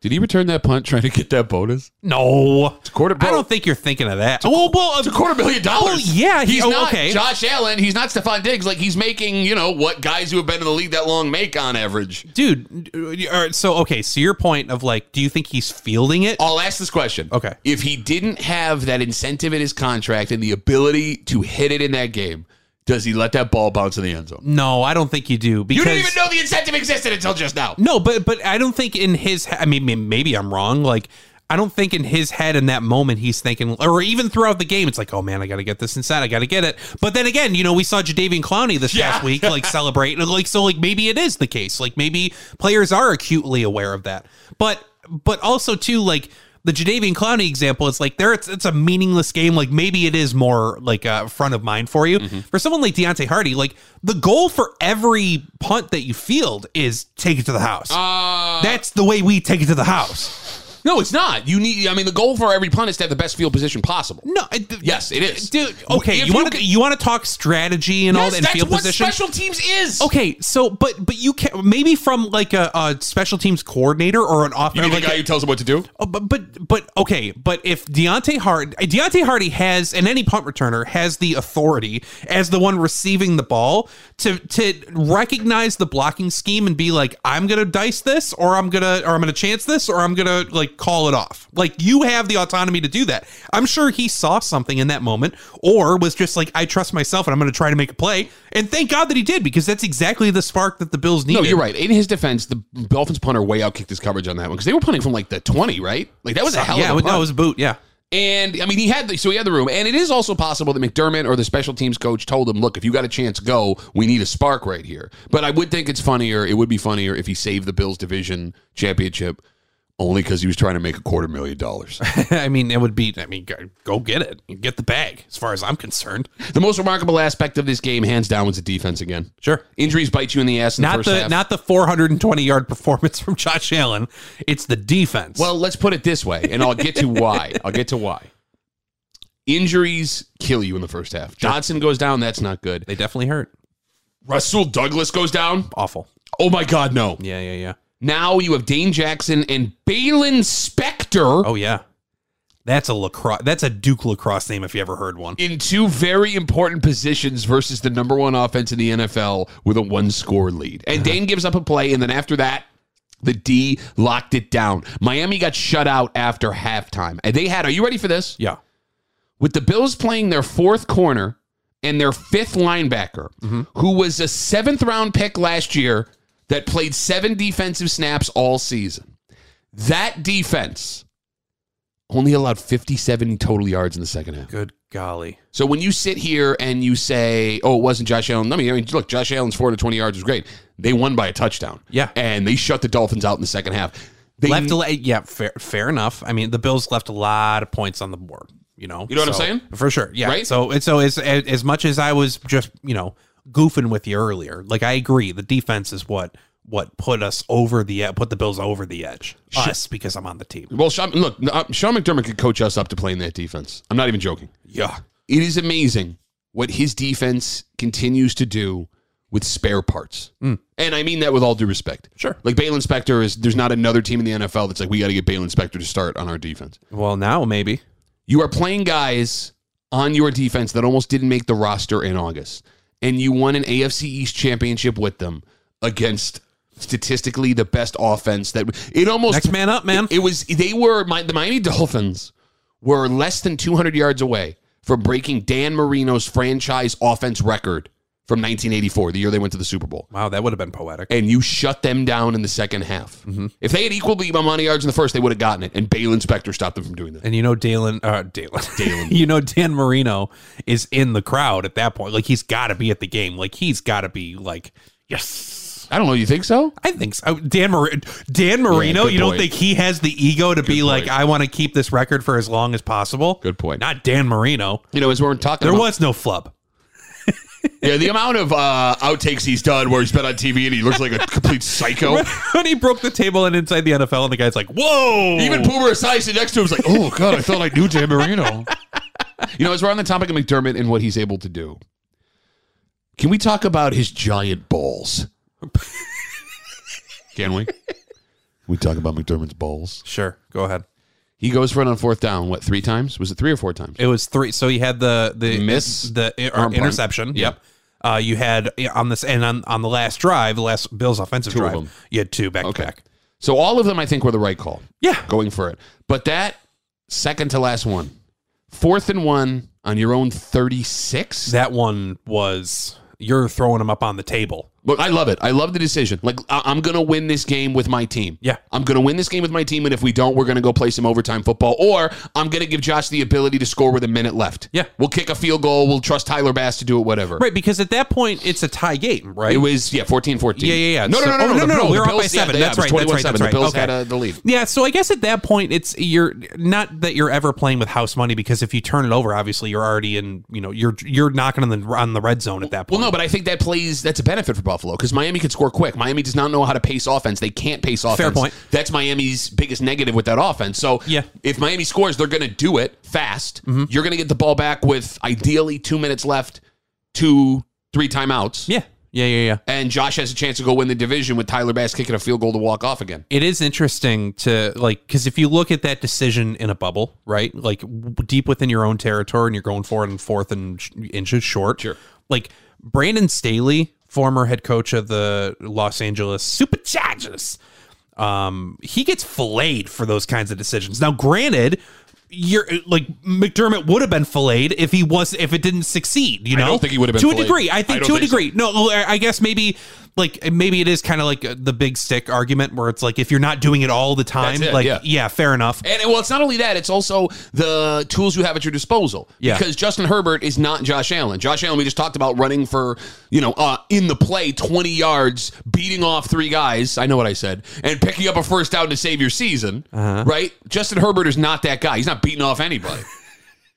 Speaker 1: Did he return that punt trying to get that bonus?
Speaker 2: No,
Speaker 1: quarter- Oh,
Speaker 2: I don't think you're thinking of that. Well, Oh, well,
Speaker 1: It's a quarter million dollars.
Speaker 2: Oh, yeah, he-
Speaker 1: he's
Speaker 2: oh,
Speaker 1: not
Speaker 2: okay.
Speaker 1: Josh Allen. He's not Stephon Diggs. Like he's making, you know, what guys who have been in the league that long make on average.
Speaker 2: dude. d- all right, So okay, so your point of like, do you think he's fielding it?
Speaker 1: I'll ask this question.
Speaker 2: Okay.
Speaker 1: If he didn't have that incentive in his contract and the ability to hit it in that game, does he let that ball bounce in the end zone?
Speaker 2: No, I don't think you do
Speaker 1: You
Speaker 2: because
Speaker 1: didn't even know the incentive existed until just now.
Speaker 2: no, but but I don't think in his. he- I mean, may- maybe I'm wrong. Like. I don't think in his head in that moment he's thinking, or even throughout the game, it's like, oh man, I got to get this inside, I got to get it. But then again, you know, we saw Jadavian Clowney this past
Speaker 1: Yeah.
Speaker 2: week like celebrate, and, like so, like maybe it is the case, like maybe players are acutely aware of that. But but also too, like the Jadavian Clowney example, it's like there, it's it's a meaningless game. Like maybe it is more like uh, front of mind for you.
Speaker 1: Mm-hmm.
Speaker 2: For someone like Deontay Hardy, like the goal for every punt that you field is take it to the house.
Speaker 1: Uh,
Speaker 2: That's the way we take it to the house.
Speaker 1: No, it's not. You need. I mean, the goal for every punt is to have the best field position possible.
Speaker 2: No, I- th-
Speaker 1: Yes, it is.
Speaker 2: dude. Okay,
Speaker 1: If
Speaker 2: you want
Speaker 1: could-
Speaker 2: to you want to talk strategy and all
Speaker 1: Yes,
Speaker 2: that and
Speaker 1: that's
Speaker 2: field
Speaker 1: what
Speaker 2: position.
Speaker 1: special teams is.
Speaker 2: Okay, so but but you can maybe from like a, a special teams coordinator or an
Speaker 1: You
Speaker 2: offense.
Speaker 1: mean
Speaker 2: Like
Speaker 1: the guy
Speaker 2: a-
Speaker 1: who tells them what to do?
Speaker 2: Oh, but but but okay, but if Deontay Hard Deontay Hardy has and any punt returner has the authority as the one receiving the ball to to recognize the blocking scheme and be like, I'm gonna dice this or I'm gonna or I'm gonna chance this or I'm gonna like call it off. Like you have the autonomy to do that. I'm sure he saw something in that moment or was just like, I trust myself and I'm gonna try to make a play. And thank God that he did, because that's exactly the spark that the Bills needed.
Speaker 1: No, you're right. In his defense, the Dolphins punter way outkicked his coverage on that one because they were punting from like the 20, right? Like that was a hell of
Speaker 2: yeah,
Speaker 1: a punt.
Speaker 2: that was a boot, yeah.
Speaker 1: and I mean, he had the, so he had the room, and it is also possible that McDermott or the special teams coach told him, "Look, if you got a chance, go. We need a spark right here." But I would think it's funnier. It would be funnier if he saved the Bills division championship only because he was trying to make a quarter million dollars.
Speaker 2: I mean, it would be. I mean, go- go get it, get the bag. As far as I'm concerned,
Speaker 1: the most remarkable aspect of this game, hands down, was the defense again.
Speaker 2: sure.
Speaker 1: Injuries bite you in the ass in the
Speaker 2: Not
Speaker 1: first
Speaker 2: the
Speaker 1: half.
Speaker 2: not the 420 yard performance from Josh Allen. It's the defense.
Speaker 1: Well, Uh, let's put it this way, and I'll get to why. I'll get to why. Injuries kill you in the first half. Dodson goes down. That's not good.
Speaker 2: they definitely hurt.
Speaker 1: Russell Douglas goes down.
Speaker 2: Awful.
Speaker 1: Oh my God, no.
Speaker 2: Yeah, yeah, yeah.
Speaker 1: Now you have Dane Jackson and Balin Spector
Speaker 2: Oh yeah. That's a lacrosse. That's a Duke lacrosse name if you ever heard one.
Speaker 1: in two very important positions versus the number one offense in the NFL with a one score lead. And Dane gives up a play, and then after that, the D locked it down. Miami got shut out after halftime. And they had, are you ready for this?
Speaker 2: Yeah.
Speaker 1: with the Bills playing their fourth corner and their fifth linebacker,
Speaker 2: Mm-hmm.
Speaker 1: who was a seventh round pick last year that played seven defensive snaps all season. That defense only allowed 57 total yards in the second half.
Speaker 2: Good golly.
Speaker 1: So when you sit here and you say, "Oh, it wasn't Josh Allen," I mean, I mean, look, Josh Allen's 420 yards was great. They won by a touchdown.
Speaker 2: Yeah.
Speaker 1: and they shut the Dolphins out in the second half. They,
Speaker 2: left a lot, yeah, fair, fair enough. I mean, the Bills left a lot of points on the board. You know,
Speaker 1: You know what I'm
Speaker 2: So-
Speaker 1: saying?
Speaker 2: for sure. Yeah.
Speaker 1: Right?
Speaker 2: So it's so as as as much as I was just you know goofing with you earlier, like I agree, the defense is what what put us over the e- put the Bills over the edge. Us because I'm on the team.
Speaker 1: well, Sean, look, uh, Sean McDermott could coach us up to playing that defense. I'm not even joking.
Speaker 2: Yeah.
Speaker 1: It is amazing what his defense continues to do with spare parts, and I mean that with all due respect.
Speaker 2: Mm. Sure.
Speaker 1: Like Balen Spector is. There's not another team in the NFL that's like we got to get Balen Spector to start on our defense.
Speaker 2: Well, now maybe.
Speaker 1: You are playing guys on your defense that almost didn't make the roster in August, and you won an AFC East championship with them against statistically the best offense that it almost
Speaker 2: Next man up, man.
Speaker 1: it was they were my, the Miami Dolphins were less than 200 yards away from breaking Dan Marino's franchise offense record from 1984, the year they went to the Super Bowl.
Speaker 2: wow, that would have been poetic.
Speaker 1: And you shut them down in the second half. If they had equal the amount of yards in the first, they would have gotten it. And Bale Inspector stopped them from doing that.
Speaker 2: And you know Dalen, uh, Dalen, you know Dan Marino is in the crowd at that point. Like he's got to be at the game. Like he's got to be like, yes,
Speaker 1: I don't know. You think so?
Speaker 2: I think so. Dan, Mar- Dan Marino,
Speaker 1: good
Speaker 2: you don't
Speaker 1: point.
Speaker 2: think he has the ego to be like,
Speaker 1: point.
Speaker 2: I want to keep this record for as long as possible?
Speaker 1: Good point.
Speaker 2: Not Dan Marino.
Speaker 1: You know, as we're talking
Speaker 2: There
Speaker 1: about
Speaker 2: was no flub.
Speaker 1: Yeah, the amount of uh, outtakes he's done where he's been on TV and he looks like a complete psycho.
Speaker 2: when he broke the table and inside the NFL, and the guy's like, whoa.
Speaker 1: Even Poober Esiason next to him is like, oh, God, I thought I knew Dan Marino. you know, as we're on the topic of McDermott and what he's able to do, can we talk about his giant balls? can we? Can we talk about McDermott's balls?
Speaker 2: sure, go ahead.
Speaker 1: He goes for it on fourth down, what, three times? Was it three or four times?
Speaker 2: It was three. So you had the the
Speaker 1: Miss,
Speaker 2: the i-
Speaker 1: arm punt.
Speaker 2: interception. Yep. Uh, you had on this and on, on the last drive, the last Bills offensive
Speaker 1: of
Speaker 2: drive,
Speaker 1: them.
Speaker 2: you had two back to back.
Speaker 1: So all of them, I think, were the right call.
Speaker 2: Yeah.
Speaker 1: going for it. But that second to last one, fourth and one on your own 36.
Speaker 2: That one was you're throwing them up on the table.
Speaker 1: Look, I love it. I love the decision. Like, I- I'm going to win this game with my team.
Speaker 2: Yeah.
Speaker 1: I'm going to win this game with my team. And if we don't, we're going to go play some overtime football. Or I'm going to give Josh the ability to score with a minute left.
Speaker 2: Yeah.
Speaker 1: We'll kick a field goal. We'll trust Tyler Bass to do it, whatever.
Speaker 2: Right, because at that point it's a tie game, right?
Speaker 1: It was, yeah, 14 14.
Speaker 2: Yeah, yeah, yeah.
Speaker 1: No,
Speaker 2: So-
Speaker 1: no, no, no,
Speaker 2: oh,
Speaker 1: no,
Speaker 2: no, no,
Speaker 1: the
Speaker 2: we were up by
Speaker 1: Bills- yeah,
Speaker 2: seven.
Speaker 1: they-
Speaker 2: That's
Speaker 1: it was
Speaker 2: right, that's right,
Speaker 1: 21-7.
Speaker 2: that's
Speaker 1: The
Speaker 2: right.
Speaker 1: Bills
Speaker 2: Okay.
Speaker 1: had uh, the lead.
Speaker 2: Yeah, so I guess at that point it's you're not that you're ever playing with house money because if you turn it over, obviously you're already in you know you're you're knocking on the on the red zone at that
Speaker 1: Well,
Speaker 2: point.
Speaker 1: no, but I think that plays that's a benefit for Buffalo because Miami can score quick. Miami does not know how to pace offense. They can't pace offense.
Speaker 2: point.
Speaker 1: That's Miami's biggest negative with that offense. So
Speaker 2: Yeah. Mm-hmm.
Speaker 1: if Miami scores, they're going to do it fast. You're going to get the ball back with ideally two minutes left, two three timeouts,
Speaker 2: yeah, yeah, yeah, yeah.
Speaker 1: and Josh has a chance to go win the division with Tyler Bass kicking a field goal to walk off again.
Speaker 2: It is interesting to like because if you look at that decision in a bubble, right? Like w- deep within your own territory, and you're going for it and fourth and sh- inches short.
Speaker 1: Sure.
Speaker 2: Like Brandon Staley, former head coach of the Los Angeles Superchargers, um, he gets filleted for those kinds of decisions. Now, granted, you're like McDermott would have been filleted if he was if it didn't succeed. You know,
Speaker 1: don't think he would have been
Speaker 2: to a
Speaker 1: filleted.
Speaker 2: degree. I
Speaker 1: I
Speaker 2: think
Speaker 1: don't
Speaker 2: to a
Speaker 1: think so.
Speaker 2: degree. No, well, I I guess maybe like maybe it is kind of like uh, the big stick argument where it's like if you're not doing it all the time,
Speaker 1: That's it,
Speaker 2: like
Speaker 1: yeah.
Speaker 2: yeah. fair enough.
Speaker 1: And well, it's not only that; it's also the tools you have at your disposal.
Speaker 2: Yeah.
Speaker 1: Because Justin Herbert is not Josh Allen. Josh Allen, we just talked about running for you know uh, in the play twenty yards, beating off three guys. I know what I said, and picking up a first down to save your season.
Speaker 2: Uh-huh.
Speaker 1: Right? Justin Herbert is not that guy. He's not beating off anybody.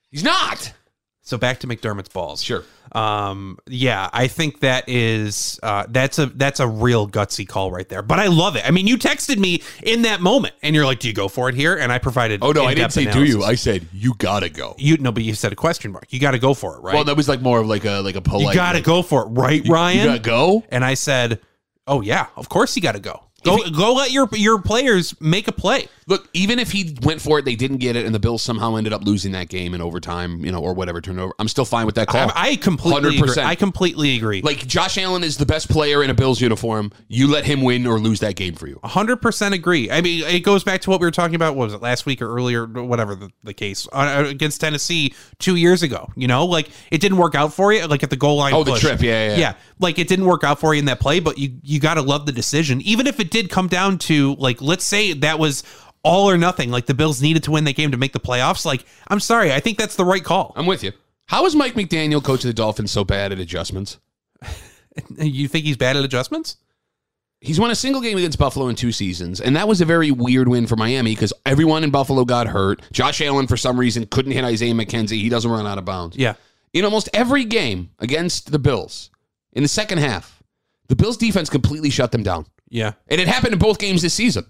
Speaker 1: He's not.
Speaker 2: So back to McDermott's balls.
Speaker 1: Sure.
Speaker 2: Um. Yeah, I think that is uh, that's a that's a real gutsy call right there. But I love it. I mean, you texted me in that moment, and you're like, "Do you go for it here?" And I provided.
Speaker 1: Oh no, I didn't
Speaker 2: in-depth
Speaker 1: say do
Speaker 2: analysis.
Speaker 1: you. I said you gotta go.
Speaker 2: You no, but you said a question mark. You got to go for it, right?
Speaker 1: Well, that was like more of like a like a polite.
Speaker 2: you got to
Speaker 1: like,
Speaker 2: go for it, right, Ryan?
Speaker 1: You gotta go.
Speaker 2: And I said, "Oh yeah, of course you got to go. Go go let your your players make a play."
Speaker 1: Look, even if he went for it, they didn't get it, and the Bills somehow ended up losing that game in overtime, you know, or whatever turnover. I'm still fine with that call.
Speaker 2: I, I completely
Speaker 1: 100%.
Speaker 2: agree. I completely agree. Like
Speaker 1: like Josh Allen is the best player in a Bills uniform. You let him win or lose that game for you.
Speaker 2: 100% agree. I mean, it goes back to what we were talking about what was it last week or earlier whatever the, the case uh, against Tennessee 2 years ago, you know? Like it didn't work out for you like at the goal line
Speaker 1: Oh, the
Speaker 2: push.
Speaker 1: trip, yeah, yeah, yeah.
Speaker 2: Yeah, like it didn't work out for you in that play, but you you got to love the decision even if it did come down to like let's say that was all or nothing. Like the Bills needed to win that game to make the playoffs. Like I'm sorry, I think that's the right call.
Speaker 1: I'm with you. How is Mike McDaniel, coach of the Dolphins, so bad at adjustments?
Speaker 2: You think he's bad at adjustments?
Speaker 1: He's won a single game against Buffalo in two seasons, and that was a very weird win for Miami because everyone in Buffalo got hurt. Josh Allen, for some reason, couldn't hit Isaiah McKenzie. He doesn't run out of bounds.
Speaker 2: Yeah.
Speaker 1: In almost every game against the Bills in the second half, the Bills defense completely shut them down.
Speaker 2: Yeah.
Speaker 1: And it happened in both games this season.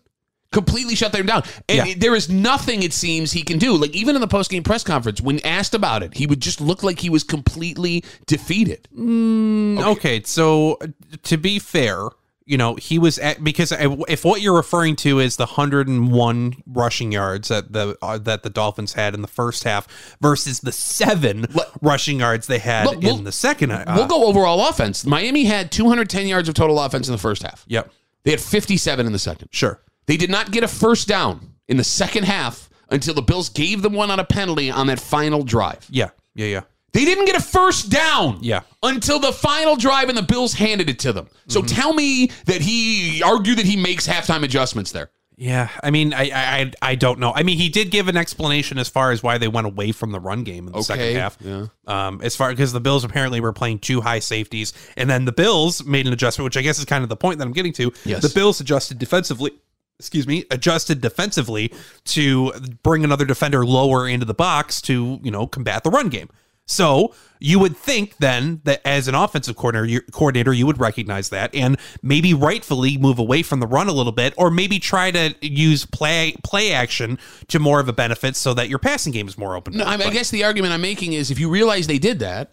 Speaker 1: Completely shut them down. And
Speaker 2: Yeah.
Speaker 1: there is nothing, it seems, he can do. Like, even in the postgame press conference, when asked about it, he would just look like he was completely defeated.
Speaker 2: Mm, Okay. so uh, to be fair, you know, he was at because I- if what you're referring to is the 101 rushing yards that the uh, that the Dolphins had in the first half versus the 7
Speaker 1: Look-
Speaker 2: rushing yards they had
Speaker 1: Look, we'll-
Speaker 2: in the second uh,
Speaker 1: we'll go overall offense. Miami had 210 yards of total offense in the first half,
Speaker 2: Yep.
Speaker 1: they had 57 in the second.
Speaker 2: Sure.
Speaker 1: They did not get a first down in the second half until the Bills gave them one on a penalty on that final drive.
Speaker 2: Yeah. Yeah, yeah.
Speaker 1: They didn't get a first down
Speaker 2: Yeah.
Speaker 1: until the final drive and the Bills handed it to them. So tell me that he argue that he makes halftime adjustments there.
Speaker 2: Yeah, I mean, I, I, I- I don't know. I mean, he did give an explanation as far as why they went away from the run game in the second
Speaker 1: Okay,
Speaker 2: half.
Speaker 1: yeah.
Speaker 2: Um, as far because the Bills apparently were playing two high safeties, and then the Bills made an adjustment, which I guess is kind of the point that I'm getting to.
Speaker 1: Yes.
Speaker 2: the Bills adjusted defensively. Excuse me, adjusted defensively to bring another defender lower into the box to you know combat the run game. So you would think then that as an offensive coordinator, you, coordinator, you would recognize that and maybe rightfully move away from the run a little bit, or maybe try to use play play action to more of a benefit so that your passing game is more open.
Speaker 1: No, I, mean, I guess the argument I'm making is if you realize they did that,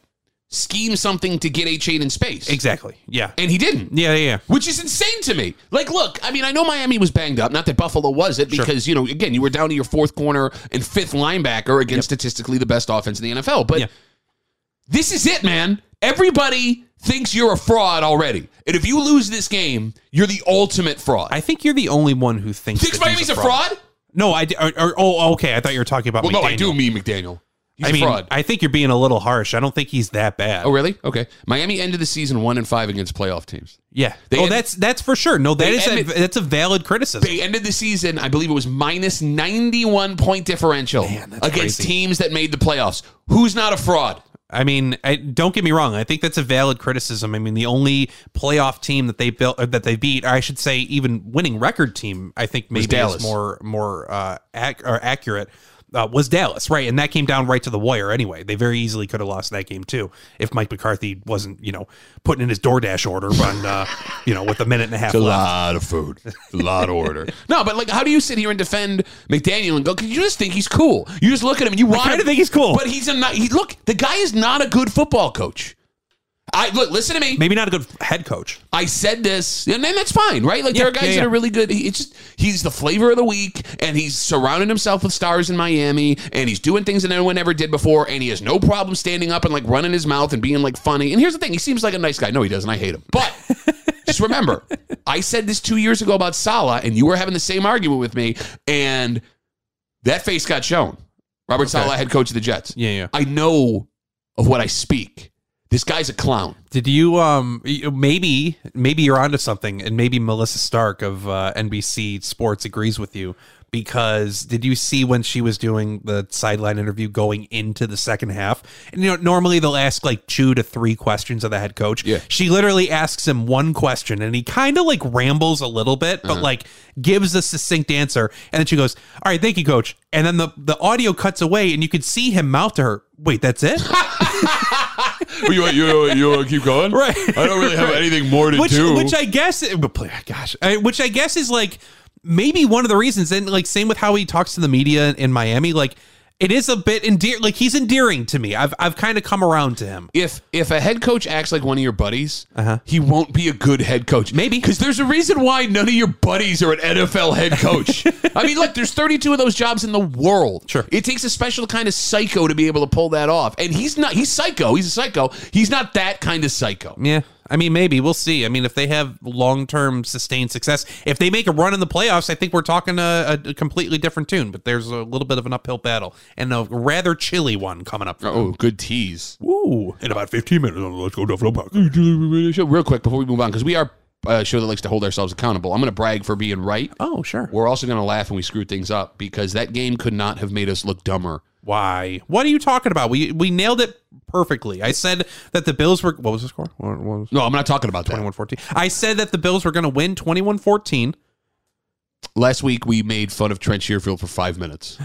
Speaker 1: scheme something to get a chain in space.
Speaker 2: exactly. Yeah.
Speaker 1: And he didn't.
Speaker 2: Yeah. Yeah. yeah.
Speaker 1: Which is insane to me. Like, look, I mean, I know Miami was banged up. Not that Buffalo was it, because, you know, again, you were down to your fourth corner and fifth linebacker against statistically the best offense in the NFL. But
Speaker 2: Yeah.
Speaker 1: this is it, man. Everybody thinks you're a fraud already. And if you lose this game, you're the ultimate fraud.
Speaker 2: I think you're the only one who thinks
Speaker 1: Thinks
Speaker 2: that he's
Speaker 1: Miami's a fraud?
Speaker 2: No, I d- or, or- oh okay. I thought you were talking about.
Speaker 1: Well, no, I
Speaker 2: McDaniel.
Speaker 1: do mean McDaniel. He's
Speaker 2: I
Speaker 1: a
Speaker 2: mean,
Speaker 1: fraud.
Speaker 2: I think you're being a little harsh. I don't think he's that bad.
Speaker 1: oh, really? Okay. Miami ended the season one and five against playoff teams.
Speaker 2: yeah.
Speaker 1: They
Speaker 2: oh,
Speaker 1: admit-
Speaker 2: that's that's for sure. No, that
Speaker 1: They
Speaker 2: is a,
Speaker 1: admit-
Speaker 2: that's a valid criticism.
Speaker 1: They ended the season, I believe it was minus 91 point differential
Speaker 2: that's
Speaker 1: against
Speaker 2: crazy.
Speaker 1: teams that made the playoffs. Who's not a fraud?
Speaker 2: I mean, I, don't get me wrong. I think that's a valid criticism. I mean, the only playoff team that they built or that they beat, or I should say, even winning record team, I think maybe
Speaker 1: Dallas.
Speaker 2: is more more uh, ac- or accurate. Uh, was Dallas right? And that came down right to the wire. Anyway, they very easily could have lost that game too if Mike McCarthy wasn't, you know, putting in his DoorDash order, on, uh, you know, with a minute and a half left.
Speaker 1: lot of food, a lot of order. No, but like, how do you sit here and defend McDaniel and go? Because you just think he's cool. You just look at him and you want.
Speaker 2: kinda
Speaker 1: him-
Speaker 2: think he's cool.
Speaker 1: but he's a not. He, look, the guy is not a good football coach. I look, listen to me.
Speaker 2: Maybe not a good head coach.
Speaker 1: I said this, and then that's fine, right? Like there
Speaker 2: Yeah,
Speaker 1: are guys
Speaker 2: yeah, yeah.
Speaker 1: that are really good. He- It's just he's the flavor of the week, and he's surrounded himself with stars in Miami, and he's doing things that no one ever did before, and he has no problem standing up and like running his mouth and being like funny. And here's the thing: he seems like a nice guy. No, he doesn't. I hate him. But just remember, I said this two years ago about Salah, and you were having the same argument with me, and that face got shown. Robert Salah, head coach of the Jets.
Speaker 2: Yeah, yeah.
Speaker 1: I know of what I speak. This guy's a clown.
Speaker 2: Did you um y- maybe maybe you're onto something and maybe Melissa Stark of uh, NBC Sports agrees with you because did you see when she was doing the sideline interview going into the second half and you know normally they'll ask like two to three questions of the head coach
Speaker 1: Yeah.
Speaker 2: she literally asks him one question and he kind of like rambles a little bit but like gives a succinct answer and then she goes all right thank you coach and then the the audio cuts away and you could see him mouth to her wait that's it
Speaker 1: you want, you, want, you want to keep going?
Speaker 2: Right.
Speaker 1: I don't really have anything more to
Speaker 2: which,
Speaker 1: do.
Speaker 2: Which I guess, but play- gosh, I, which I guess is like maybe one of the reasons. And like same with how he talks to the media in Miami, like it is a bit endear. Like he's endearing to me. I've I've kind of come around to him.
Speaker 1: if if a head coach acts like one of your buddies, he won't be a good head coach.
Speaker 2: Maybe.
Speaker 1: because there's a reason why none of your buddies are an NFL head coach. I mean, look, there's 32 of those jobs in the world.
Speaker 2: Sure.
Speaker 1: it takes a special kind of psycho to be able to pull that off, and he's not. He's psycho. He's a psycho. He's not that kind of psycho.
Speaker 2: Yeah, I mean maybe we'll see. I mean if they have long term sustained success, if they make a run in the playoffs, I think we're talking a, a completely different tune. But there's a little bit of an uphill battle and a rather chilly one coming up.
Speaker 1: Oh, good tease.
Speaker 2: Ooh, in about fifteen minutes, on let's go Buffalo Park.
Speaker 1: Real quick before we move on, because we are uh, show that likes to hold ourselves accountable. I'm going to brag for being right.
Speaker 2: Oh, sure.
Speaker 1: We're also going to laugh when we screw things up because that game could not have made us look dumber.
Speaker 2: Why? What are you talking about? We we nailed it perfectly. I said that the Bills were what was the score? What, what was
Speaker 1: No, I'm not talking about that.
Speaker 2: 21-14. I said that the Bills were going to win 21-14.
Speaker 1: Last week we made fun of Trent Shearfield for five minutes.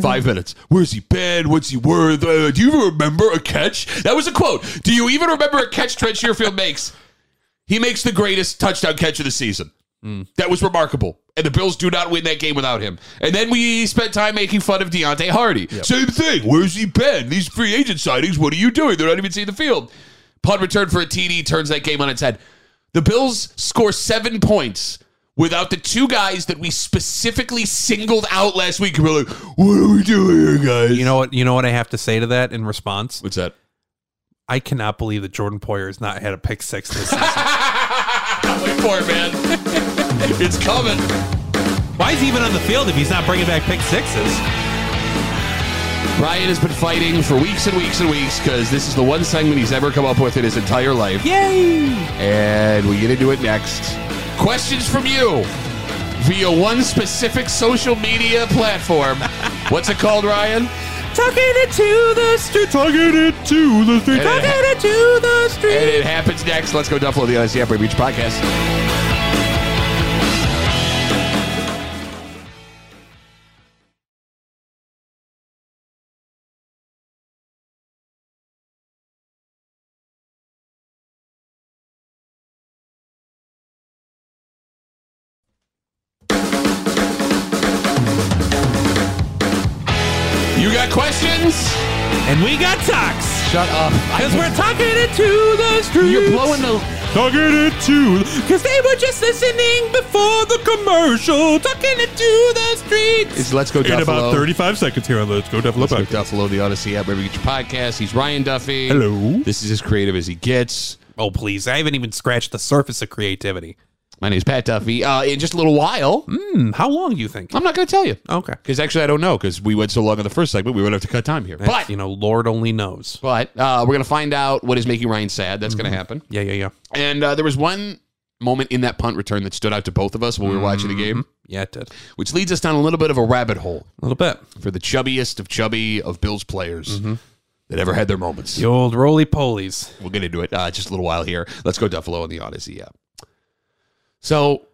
Speaker 1: five minutes. Where's he been? What's he worth? Uh, do you remember a catch? That was a quote. Do you even remember a catch Trent Shearfield makes? He makes the greatest touchdown catch of the season. That was remarkable. And the Bills do not win that game without him. And then we spent time making fun of Deontay Hardy. Same thing. Where's he been? These free agent signings, what are you doing? They're not even seeing the field. Punt return for a TD turns that game on its head. The Bills score seven points without the two guys that we specifically singled out last week. And We're like, what are we doing here, guys?
Speaker 2: You know what? You know what I have to say to that in response.
Speaker 1: What's that?
Speaker 2: I cannot believe that Jordan Poyer has not had a pick six this season.
Speaker 1: Wait for it, man. it's coming.
Speaker 2: Why is he even on the field if he's not bringing back pick sixes?
Speaker 1: Ryan has been fighting for weeks and weeks and weeks because this is the one segment he's ever come up with in his entire life.
Speaker 2: Yay!
Speaker 1: And we get into it next. Questions from you via one specific social media platform. What's it called, Ryan?
Speaker 2: Tucking it to the street. Tucking it to the street.
Speaker 1: And it-
Speaker 2: Tucking it to the
Speaker 1: And
Speaker 2: street.
Speaker 1: it happens next. Let's go Duffalo, the LSC Upper Beach podcast. You got questions?
Speaker 2: And we got tucks.
Speaker 1: Shut up.
Speaker 2: Because we're tucking it to the street.
Speaker 1: You're blowing the
Speaker 2: Tucking it to. Because they were just listening before the commercial. Tucking it to the streets.
Speaker 1: It's Let's Go
Speaker 2: In
Speaker 1: Duffalo.
Speaker 2: about 35 seconds here on Let's Go Duffalo
Speaker 1: Let's go
Speaker 2: Podcast.
Speaker 1: Duffalo, the Odyssey app, wherever you get your podcast. He's Ryan Duffy.
Speaker 2: Hello.
Speaker 1: This is as creative as he gets.
Speaker 2: Oh, please. I haven't even scratched the surface of creativity.
Speaker 1: My name's Pat Duffy. Uh, in just a little while,
Speaker 2: Hmm, how long do you think?
Speaker 1: I'm not going to tell you.
Speaker 2: Okay.
Speaker 1: Because actually, I don't know because we went so long on the first segment, we would have to cut time here. But,
Speaker 2: you know, Lord only knows.
Speaker 1: but uh, we're going to find out what is making Ryan sad. That's
Speaker 2: Mm-hmm.
Speaker 1: going to happen.
Speaker 2: Yeah, yeah, yeah.
Speaker 1: And uh, there was one moment in that punt return that stood out to both of us when we were watching the game,
Speaker 2: Yeah, it did. A
Speaker 1: which leads us down a little bit of a rabbit hole
Speaker 2: little bit.
Speaker 1: for the chubbiest of chubby of Bills players
Speaker 2: Mm-hmm.
Speaker 1: that ever had their moments.
Speaker 2: The old roly polies.
Speaker 1: We'll get into it uh, just a little while here. Let's go Duffalo on the Odyssey app. So,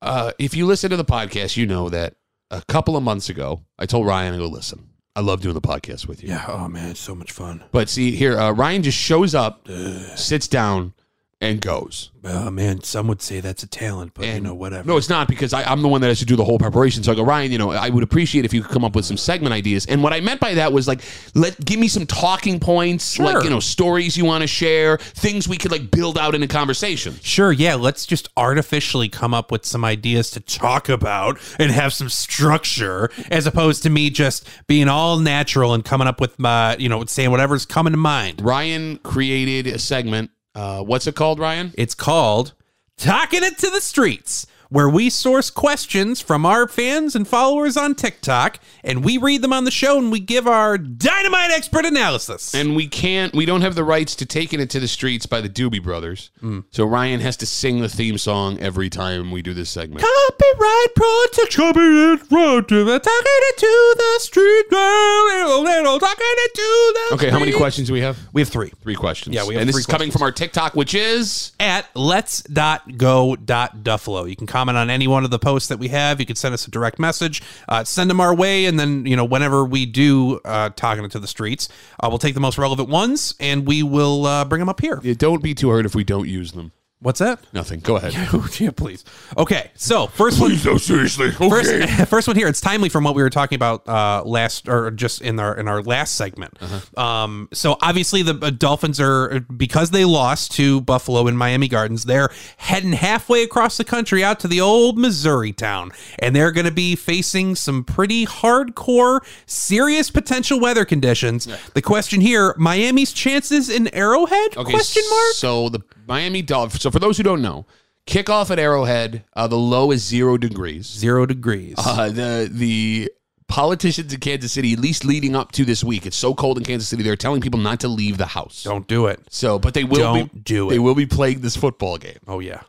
Speaker 1: uh, if you listen to the podcast, you know that a couple of months ago, I told Ryan, I go, listen, I love doing the podcast with you.
Speaker 2: Yeah. Oh man, it's so much fun.
Speaker 1: But see, here, uh, Ryan just shows up, sits down, and goes.
Speaker 2: Oh man, some would say that's a talent, but you
Speaker 1: And-
Speaker 2: know, whatever.
Speaker 1: No, it's not because I, I'm the one that has to do the whole preparation. So I go, Ryan, you know, I would appreciate if you could come up with some segment ideas. And what I meant by that was like, let give me some talking points, like
Speaker 2: Sure.
Speaker 1: you know, stories you want to share, things we could like build out in a conversation.
Speaker 2: Sure, yeah, let's just artificially come up with some ideas to talk about and have some structure as opposed to me just being all natural and coming up with my, you know, saying whatever's coming to mind.
Speaker 1: Ryan created a segment. Uh, what's it called, Ryan?
Speaker 2: It's called Talking It to the Streets, where we source questions from our fans and followers on TikTok and we read them on the show and we give our dynamite expert analysis.
Speaker 1: And we can't, we don't have the rights to taking it to the streets by the Doobie Brothers. So Ryan has to sing the theme song every time we do this segment.
Speaker 2: Copyright protection. Copyright protection. Talking it to the street. Little, little, talking it to the
Speaker 1: Okay, how many
Speaker 2: street.
Speaker 1: questions do we have?
Speaker 2: We have three.
Speaker 1: Three questions.
Speaker 2: Yeah, we have
Speaker 1: And this
Speaker 2: three
Speaker 1: is coming from our TikTok, which is
Speaker 2: At let's.go.duffalo. You can comment on any one of the posts that we have. You can send us a direct message, uh, send them our way, and then, you know, whenever we do uh, Talking It to the Streets, uh, we'll take the most relevant ones and we will uh, bring them up here.
Speaker 1: Yeah, don't be too hurt if we don't use them.
Speaker 2: What's that?
Speaker 1: Nothing. Go ahead.
Speaker 2: Oh, yeah, please. Okay, so first one.
Speaker 1: no, seriously.
Speaker 2: First, first one here. It's timely from what we were talking about uh, last, or just in our in our last segment. Um, so obviously the uh, Dolphins are because they lost to Buffalo in Miami Gardens. They're heading halfway across the country out to the old Missouri town, and they're going to be facing some pretty hardcore, serious potential weather conditions. The question here: Miami's chances in Arrowhead? question mark.
Speaker 1: So the Miami Dolphins. So for those who don't know, kickoff at Arrowhead, uh, the low is zero degrees.
Speaker 2: Zero degrees.
Speaker 1: Uh, the the politicians in Kansas City, at least leading up to this week, it's so cold in Kansas City, they're telling people not to leave the house.
Speaker 2: Don't do it.
Speaker 1: So, but they will
Speaker 2: Don't
Speaker 1: be,
Speaker 2: do
Speaker 1: They
Speaker 2: it.
Speaker 1: will be playing this football game.
Speaker 2: Oh yeah.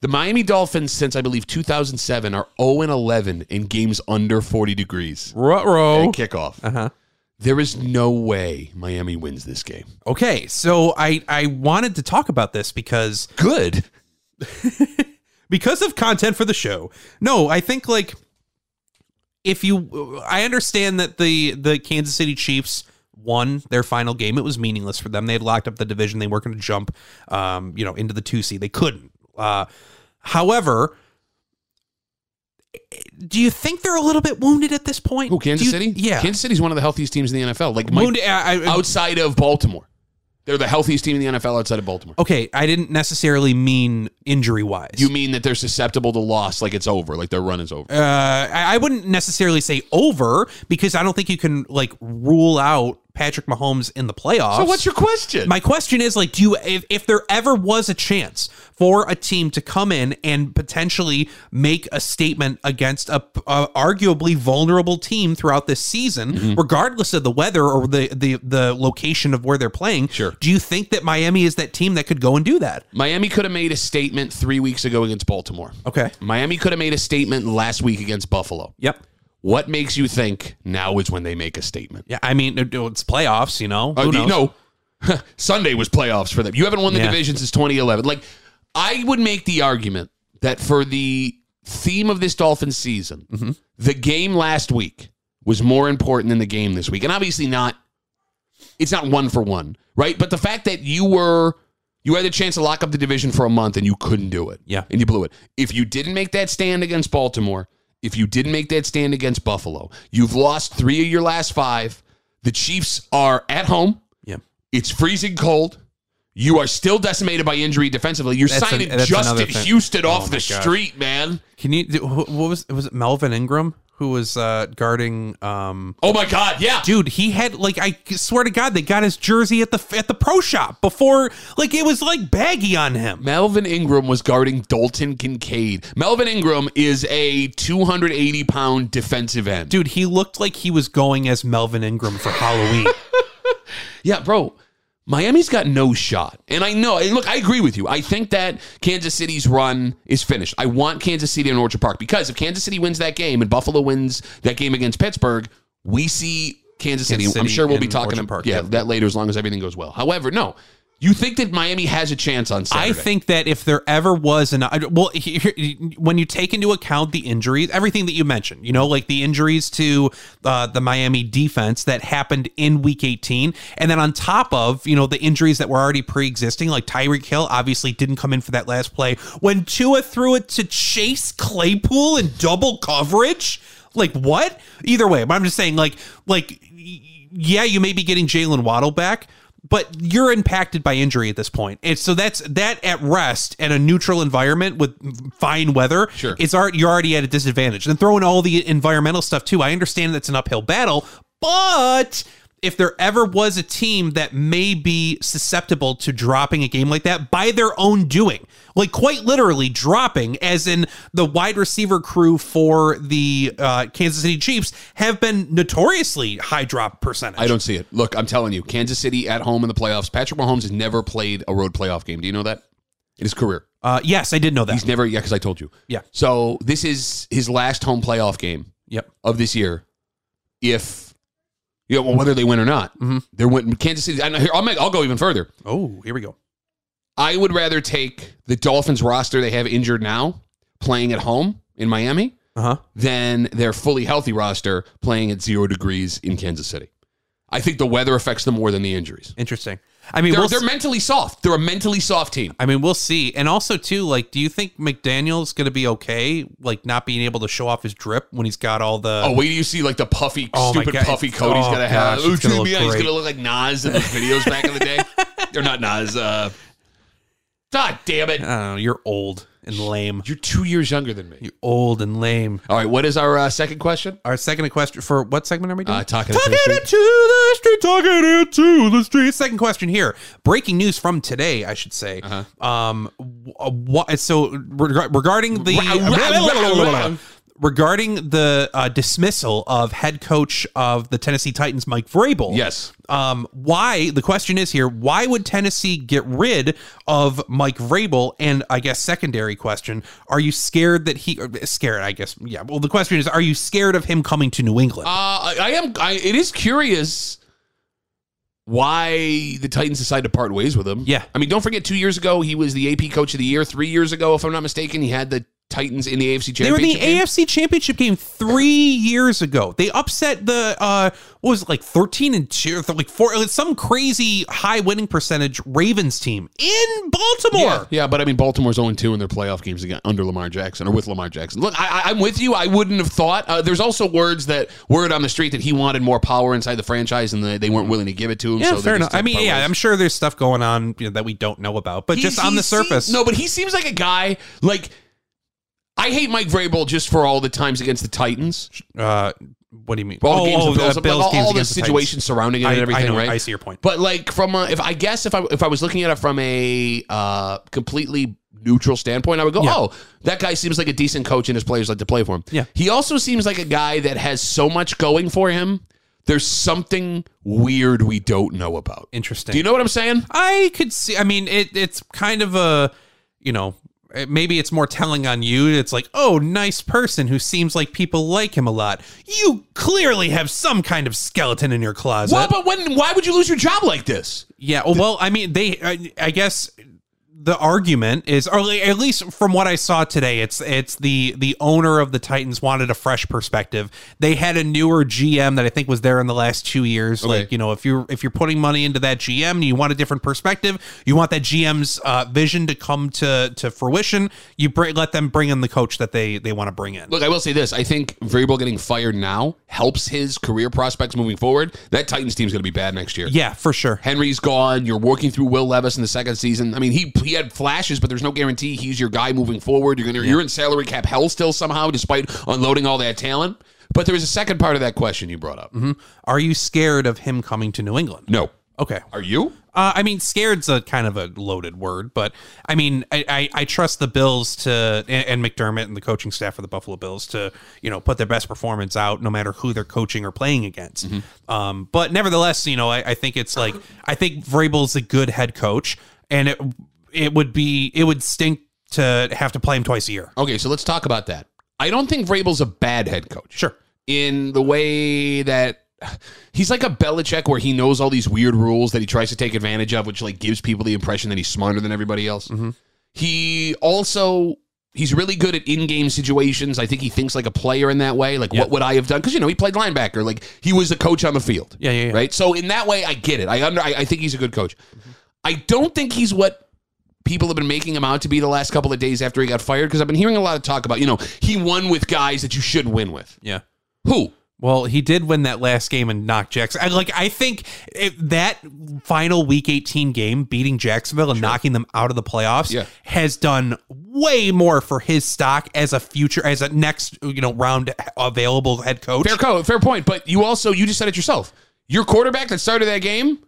Speaker 1: The Miami Dolphins, since I believe 2007, are 0 and 11 in games under 40 degrees
Speaker 2: Ruh-roh.
Speaker 1: at kickoff. Uh-huh. There is no way Miami wins this game.
Speaker 2: Okay, so I I wanted to talk about this because
Speaker 1: Good.
Speaker 2: because of content for the show. No, I think like if you I understand that the the Kansas City Chiefs won their final game. It was meaningless for them. They had locked up the division. They weren't going to jump um, you know, into the 2 seed. They couldn't. Uh however, do you think they're a little bit wounded at this point?
Speaker 1: Who, Kansas
Speaker 2: Do you-
Speaker 1: City?
Speaker 2: Yeah.
Speaker 1: Kansas City's one of the healthiest teams in the NFL. Like Mike,
Speaker 2: wounded, I, I,
Speaker 1: outside of Baltimore. They're the healthiest team in the NFL outside of Baltimore.
Speaker 2: okay, I didn't necessarily mean injury wise.
Speaker 1: You mean that they're susceptible to loss, like it's over, like their run is over.
Speaker 2: uh, I I wouldn't necessarily say over because I don't think you can like rule out Patrick Mahomes in the playoffs.
Speaker 1: So what's your question?
Speaker 2: My question is like, do you if, if there ever was a chance for a team to come in and potentially make a statement against a, a arguably vulnerable team throughout this season, regardless of the weather or the the the location of where they're playing?
Speaker 1: Sure.
Speaker 2: Do you think that Miami is that team that could go and do that?
Speaker 1: Miami could have made a statement three weeks ago against Baltimore.
Speaker 2: Okay.
Speaker 1: Miami could have made a statement last week against Buffalo.
Speaker 2: Yep.
Speaker 1: What makes you think now is when they make a statement?
Speaker 2: Yeah. I mean, it- it's playoffs. You know.
Speaker 1: Uh,
Speaker 2: Who knows?
Speaker 1: no. Sunday was playoffs for them. You haven't won the
Speaker 2: Yeah.
Speaker 1: division since 2011. Like, I would make the argument that for the theme of this Dolphins season,
Speaker 2: Mm-hmm.
Speaker 1: the game last week was more important than the game this week. And obviously, not, it's not one for one, right? But the fact that you were, you had the chance to lock up the division for a month and you couldn't do it.
Speaker 2: Yeah.
Speaker 1: And you blew it. If you didn't make that stand against Baltimore, if you didn't make that stand against Buffalo, you've lost three of your last five. The Chiefs are at home.
Speaker 2: Yeah.
Speaker 1: It's freezing cold. You are still decimated by injury defensively. You're
Speaker 2: That's an-
Speaker 1: signing
Speaker 2: that's another
Speaker 1: Justin
Speaker 2: thing.
Speaker 1: Houston
Speaker 2: Oh
Speaker 1: off the
Speaker 2: my gosh.
Speaker 1: street, man.
Speaker 2: Can you? do- wh- What was? Was it Melvin Ingram who was uh, guarding? Um,
Speaker 1: Oh my God, yeah.
Speaker 2: dude, he had like I swear to God, they got his jersey at the at the pro shop before. Like it was like baggy on him.
Speaker 1: Melvin Ingram was guarding Dalton Kincaid. Melvin Ingram is a 280 pound defensive end.
Speaker 2: Dude, he looked like he was going as Melvin Ingram for Halloween.
Speaker 1: Yeah, bro. Miami's got no shot. And I know, and look, I agree with you. I think that Kansas City's run is finished. I want Kansas City in Orchard Park because if Kansas City wins that game and Buffalo wins that game against Pittsburgh, we see Kansas City.
Speaker 2: Kansas
Speaker 1: I'm
Speaker 2: City
Speaker 1: sure we'll be
Speaker 2: in
Speaker 1: talking
Speaker 2: Orchard
Speaker 1: about
Speaker 2: Park,
Speaker 1: yeah,
Speaker 2: yeah.
Speaker 1: that later as long as everything goes well. However, no. You think that Miami has a chance on Saturday.
Speaker 2: I think that if there ever was an I- well, he- he- when you take into account the injuries, everything that you mentioned, you know, like the injuries to uh, the Miami defense that happened in Week 18, and then on top of you know the injuries that were already pre-existing, like Tyreek Hill obviously didn't come in for that last play when Tua threw it to Chase Claypool in double coverage. Like what? Either way, but I'm just saying, like, like, y- yeah, you may be getting Jalen Waddle back, but you're impacted by injury at this point. And so that's that at rest and a neutral environment with fine weather.
Speaker 1: Sure.
Speaker 2: It's already, you're already at a disadvantage. And throwing all the environmental stuff too. I understand that's an uphill battle, but if there ever was a team that may be susceptible to dropping a game like that by their own doing, like quite literally dropping, as in the wide receiver crew for the uh, Kansas City Chiefs have been notoriously high drop percentage.
Speaker 1: I don't see it. Look, I'm telling you, Kansas City at home in the playoffs. Patrick Mahomes has never played a road playoff game. Do you know that? In his career.
Speaker 2: Uh, yes, I did know that.
Speaker 1: He's never yeah, because I told you.
Speaker 2: Yeah.
Speaker 1: So this is his last home playoff game.
Speaker 2: Yep.
Speaker 1: of this year, if you know, well, whether they win or not, they're win. Kansas City. I know, here, I'll make. I'll go even further.
Speaker 2: Oh, here we go.
Speaker 1: I would rather take the Dolphins roster they have injured now playing at home in Miami
Speaker 2: Uh huh.
Speaker 1: than their fully healthy roster playing at zero degrees in Kansas City. I think the weather affects them more than the injuries.
Speaker 2: Interesting. I mean,
Speaker 1: They're,
Speaker 2: we'll
Speaker 1: they're
Speaker 2: see,
Speaker 1: mentally soft. They're a mentally soft team.
Speaker 2: I mean, we'll see. And also, too, like, do you think McDaniel's going to be okay, like not being able to show off his drip when he's got all the?
Speaker 1: Oh, wait do you see like the puffy,
Speaker 2: Oh, my
Speaker 1: stupid
Speaker 2: God.
Speaker 1: puffy coat he's
Speaker 2: Oh,
Speaker 1: gonna have?
Speaker 2: gosh,
Speaker 1: Ooh,
Speaker 2: it's gonna
Speaker 1: check
Speaker 2: look
Speaker 1: me out. He's
Speaker 2: great.
Speaker 1: gonna look like Nas in the videos back in the day. They're not Nas. Uh, God damn it!
Speaker 2: I don't know. You're old and lame.
Speaker 1: You're two years younger than me.
Speaker 2: You're old and lame.
Speaker 1: All right, what is our uh, second question?
Speaker 2: Our second question for what segment are we doing?
Speaker 1: Uh, talking it to
Speaker 2: talking
Speaker 1: the
Speaker 2: it to the street. Talking it to the street. Second question here. Breaking news from today, I should say.
Speaker 1: Uh-huh.
Speaker 2: Um, wh- uh, what? So reg- regarding the
Speaker 1: Ra- ra- ra- ra- ra-
Speaker 2: regarding the uh, dismissal of head coach of the Tennessee Titans, Mike Vrabel.
Speaker 1: Yes.
Speaker 2: Um, why the question is here? Why would Tennessee get rid of Mike Vrabel? And I guess secondary question: Are you scared that he or, scared? I guess yeah. Well, the question is: Are you scared of him coming to New England?
Speaker 1: Uh, I, I am. I, it is curious why the Titans decided to part ways with him.
Speaker 2: Yeah.
Speaker 1: I mean, don't forget, two years ago he was the AP Coach of the Year. Three years ago, if I'm not mistaken, he had the Titans in the AFC Championship.
Speaker 2: They were in the
Speaker 1: game.
Speaker 2: AFC Championship game three years ago. They upset the uh, what was it, like thirteen and two, or like four, like some crazy high winning percentage Ravens team in Baltimore.
Speaker 1: Yeah, yeah, but I mean, Baltimore's 0 2 in their playoff games again under Lamar Jackson or with Lamar Jackson. Look, I, I- I'm with you. I wouldn't have thought. Uh, there's also words that word on the street that he wanted more power inside the franchise and they, they weren't willing to give it to him.
Speaker 2: Yeah,
Speaker 1: so they
Speaker 2: fair
Speaker 1: just
Speaker 2: enough. I
Speaker 1: took
Speaker 2: mean,
Speaker 1: part
Speaker 2: yeah,
Speaker 1: ways.
Speaker 2: I'm sure there's stuff going on you know, that we don't know about, but just
Speaker 1: He-
Speaker 2: on
Speaker 1: he
Speaker 2: the surface,
Speaker 1: seems- no, but he seems like a guy like. I hate Mike Vrabel just for all the times against the Titans.
Speaker 2: uh, what do you mean?
Speaker 1: All the games the Bills, like,
Speaker 2: uh,
Speaker 1: all-
Speaker 2: games
Speaker 1: all the
Speaker 2: against Titans.
Speaker 1: situations surrounding it and
Speaker 2: I- I
Speaker 1: everything,
Speaker 2: know,
Speaker 1: right?
Speaker 2: I see your point.
Speaker 1: But like from a, if I guess if I if I was looking at it from a uh, completely neutral standpoint, I would go,
Speaker 2: Yeah.
Speaker 1: oh, that guy seems like a decent coach, and his players like to play for him.
Speaker 2: Yeah.
Speaker 1: he also seems like a guy that has so much going for him. There's something weird we don't know about.
Speaker 2: Interesting.
Speaker 1: Do you know what I'm saying?
Speaker 2: I could see. I mean, it, it's kind of a, you know, it- maybe it's more telling on you. It's like, oh, nice person who seems like people like him a lot. You clearly have some kind of skeleton in your closet.
Speaker 1: Well, but when why would you lose your job like this?
Speaker 2: Yeah. oh, Well, I mean, they. I, I guess the argument is, or li- at least from what I saw today, it's it's the the owner of the Titans wanted a fresh perspective. They had a newer GM that I think was there in the last two years. Like you know, if you're if you're putting money into that GM, and you want a different perspective. You want that GM's uh, vision to come to to fruition. You bring, let them bring in the coach that they they want to bring in.
Speaker 1: Look, I will say this. I think Vrabel getting fired now helps his career prospects moving forward. That Titans team's going to be bad next year.
Speaker 2: Yeah, for sure.
Speaker 1: Henry's gone. You're working through Will Levis in the second season. I mean, he he had flashes, but there's no guarantee he's your guy moving forward. You're gonna you're in salary cap hell still somehow, despite unloading all that talent. But there is a second part of that question you brought up.
Speaker 2: Are you scared of him coming to New England?
Speaker 1: No,
Speaker 2: Okay.
Speaker 1: are you?
Speaker 2: Uh, I mean, scared's a kind of a loaded word, but I mean, I, I, I trust the Bills to and, and McDermott and the coaching staff for the Buffalo Bills to you know put their best performance out, no matter who they're coaching or playing against. Um, but nevertheless, you know, I, I think it's like I think Vrabel's a good head coach, and it it would be it would stink to have to play him twice a year.
Speaker 1: Okay, so let's talk about that. I don't think Vrabel's a bad head coach.
Speaker 2: Sure.
Speaker 1: in the way that he's like a Belichick where he knows all these weird rules that he tries to take advantage of, which like gives people the impression that he's smarter than everybody else.
Speaker 2: Mm-hmm.
Speaker 1: He also he's really good at in-game situations. I think he thinks like a player in that way. Like, what would I have done? Because you know he played linebacker. Like he was a coach on the field.
Speaker 2: Yeah, yeah, Mm-hmm. yeah.
Speaker 1: Right. So in that way, I get it. I under I, I think he's a good coach. I don't think he's what people have been making him out to be the last couple of days after he got fired because I've been hearing a lot of talk about you know he won with guys that you shouldn't win with.
Speaker 2: Yeah.
Speaker 1: Who?
Speaker 2: Well, he did win that last game and knock Jackson. I, like I think if that final Week 18 game, beating Jacksonville and knocking them out of the playoffs,
Speaker 1: Yeah.
Speaker 2: has done way more for his stock as a future, as a next you know round available head coach.
Speaker 1: Fair co- fair point. But you also you just said it yourself. Your quarterback that started that game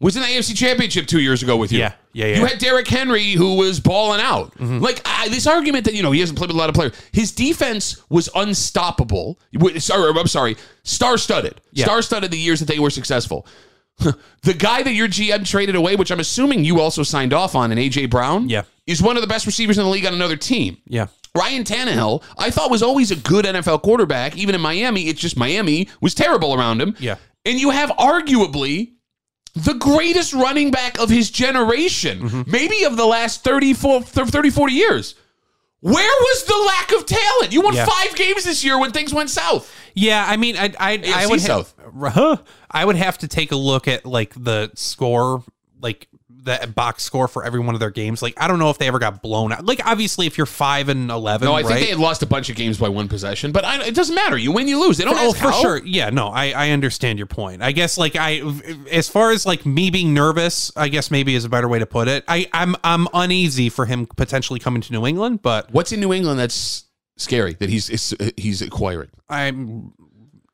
Speaker 1: was in the AFC Championship two years ago with you.
Speaker 2: Yeah. Yeah, yeah. Mm-hmm.
Speaker 1: You had Derrick Henry who was balling out. Like I, this argument that you know he hasn't played with a lot of players. His defense was unstoppable. Wait, Sorry, I'm sorry, star-studded, star-studded the years that they were successful. the guy that your GM traded away, which I'm assuming you also signed off on, and AJ Brown,
Speaker 2: Yeah.
Speaker 1: is one of the best receivers in the league on another team.
Speaker 2: Yeah.
Speaker 1: Ryan Tannehill, I thought was always a good NFL quarterback, even in Miami. It's just Miami was terrible around him.
Speaker 2: Yeah.
Speaker 1: And you have arguably the greatest running back of his generation,
Speaker 2: Mm-hmm.
Speaker 1: maybe of the last 30, 40, 30, 40 years. Where was the lack of talent? You won
Speaker 2: Yeah.
Speaker 1: five games this year when things went south.
Speaker 2: Yeah, I mean, I I, I
Speaker 1: AFC
Speaker 2: would
Speaker 1: South.
Speaker 2: have, I would have to take a look at like the score, like the box score for every one of their games. Like I don't know if they ever got blown out. Like obviously, if you're five and eleven,
Speaker 1: No, I
Speaker 2: right?
Speaker 1: think they had lost a bunch of games by one possession, but I, it doesn't matter. You win, you lose. They don't.
Speaker 2: oh,
Speaker 1: ask
Speaker 2: for
Speaker 1: how.
Speaker 2: sure. Yeah, no, I, I understand your point. I guess like I, as far as like me being nervous, I guess maybe is a better way to put it. I I'm I'm uneasy for him potentially coming to New England, but
Speaker 1: What's in New England that's scary that he's he's acquiring?
Speaker 2: I'm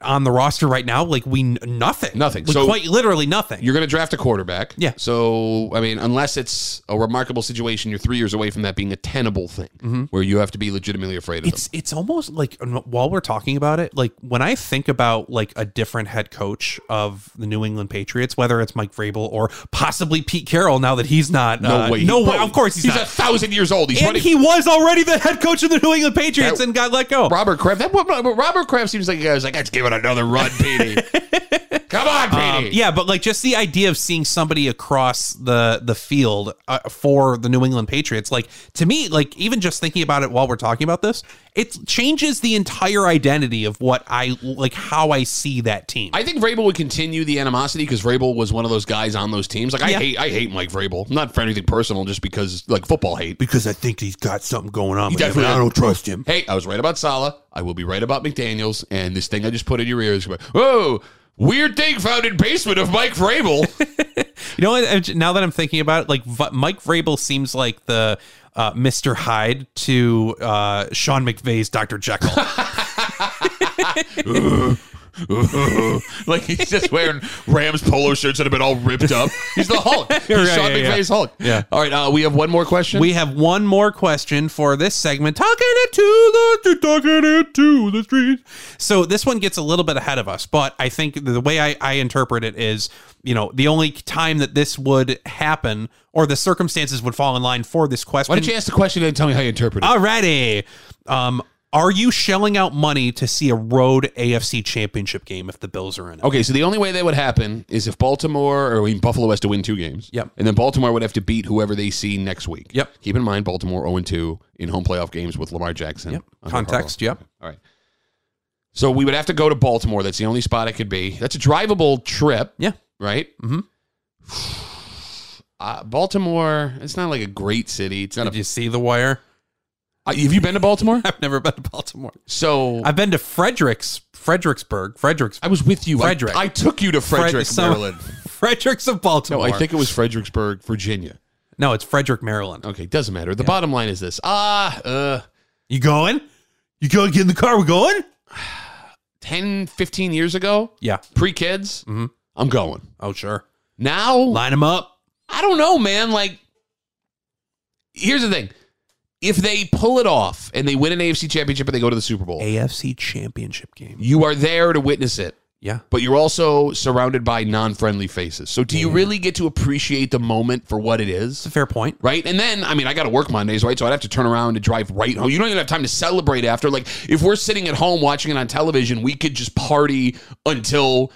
Speaker 2: on the roster right now, like we kn- nothing,
Speaker 1: Nothing.
Speaker 2: Like,
Speaker 1: So-
Speaker 2: quite literally nothing.
Speaker 1: You're going to draft a quarterback.
Speaker 2: Yeah.
Speaker 1: So, I mean, unless it's a remarkable situation, you're three years away from that being a tenable thing where you have to be legitimately afraid of them.
Speaker 2: Mm-hmm. it's it's almost like and while we're talking about it like when i think about like a different head coach of the new england patriots whether it's mike vrabel or possibly pete carroll now that he's not
Speaker 1: No
Speaker 2: uh,
Speaker 1: way.
Speaker 2: no
Speaker 1: Bro,
Speaker 2: way of course he's,
Speaker 1: He's a
Speaker 2: not
Speaker 1: thousand years old. He's
Speaker 2: and
Speaker 1: running.
Speaker 2: he was already the head coach of the new england patriots
Speaker 1: That-
Speaker 2: and got let go
Speaker 1: Robert Kraft. That, Robert Kraft seems like a guy who's like, let's give it another run, Petey. Come on, Petey.
Speaker 2: Um, yeah but like just the idea of seeing somebody across the the field uh, for the new england patriots like to me like even just thinking about it while we're talking about this it changes the entire identity of what i like how i see that team
Speaker 1: I think Vrabel would continue the animosity because Vrabel was one of those guys on those teams. Like I
Speaker 2: Yeah.
Speaker 1: hate, I hate Mike Vrabel. Not for anything personal, just because like football hate.
Speaker 2: because I think he's got something going on. He
Speaker 1: him, definitely- and I don't
Speaker 2: trust him.
Speaker 1: Hey, I was right about Salah. I will be right about McDaniel's. And this thing I just put in your ears. Whoa, weird thing found in basement of Mike Vrabel.
Speaker 2: You know, what? And now that I'm thinking about it, like v- Mike Vrabel seems like the uh, Mr. Hyde to uh, Sean McVay's Dr. Jekyll.
Speaker 1: like he's just wearing Rams polo shirts that have been all ripped up. He's the Hulk. He's
Speaker 2: Right,
Speaker 1: Sean
Speaker 2: yeah, yeah.
Speaker 1: McVay's Hulk.
Speaker 2: Yeah.
Speaker 1: All right. Uh, we have one more question.
Speaker 2: we have one more question for this segment. Talking it to the talking it to the streets. So this one gets a little bit ahead of us, but I think the way I, I interpret it is, you know, the only time that this would happen or the circumstances would fall in line for this question.
Speaker 1: Why don't you ask the question and tell me how you interpret it?
Speaker 2: Alrighty. Um, are you shelling out money to see a road AFC championship game if the Bills are in it?
Speaker 1: Okay, so the only way that would happen is if Baltimore or I mean, Buffalo has to win two games.
Speaker 2: Yep.
Speaker 1: And then Baltimore would have to beat whoever they see next week.
Speaker 2: Yep.
Speaker 1: Keep in mind Baltimore 0 2 in home playoff games with Lamar Jackson. Yep.
Speaker 2: Context, yep.
Speaker 1: All right. So we would have to go to Baltimore. That's the only spot it could be. That's a drivable trip,
Speaker 2: Yeah.
Speaker 1: right? Mm-hmm. Uh, Baltimore, it's not like a great city. It's not
Speaker 2: Did
Speaker 1: a.
Speaker 2: you see the wire?
Speaker 1: Uh, have you been to Baltimore?
Speaker 2: I've never been to Baltimore.
Speaker 1: So I,
Speaker 2: I've been to Fredericks, Fredericksburg, Fredericks,
Speaker 1: was with you. I-
Speaker 2: Frederick.
Speaker 1: I, took you to Frederick,
Speaker 2: Fred- some-
Speaker 1: Maryland.
Speaker 2: Fredericks of Baltimore.
Speaker 1: No, I think it was Fredericksburg, Virginia.
Speaker 2: no, it's Frederick, Maryland.
Speaker 1: Okay, doesn't matter. The bottom line is this. Ah, uh,
Speaker 2: You going? You going? Get in the car. We're going.
Speaker 1: 10, 15 years ago,
Speaker 2: Yeah.
Speaker 1: pre kids, I'm going.
Speaker 2: Oh sure.
Speaker 1: Now,
Speaker 2: Line them up.
Speaker 1: I don't know, man. Like, here's the thing if they pull it off and they win an AFC championship and they go to the Super Bowl,
Speaker 2: AFC championship game.
Speaker 1: you are there to witness it,
Speaker 2: Yeah.
Speaker 1: but you're also surrounded by non friendly faces. So, do you really get to appreciate the moment for what it is?
Speaker 2: It's a fair point.
Speaker 1: right? And then, I mean, I got to work Mondays, right? So I'd have to turn around and drive right home. You don't even have time to celebrate after. Like, if we're sitting at home watching it on television, we could just party until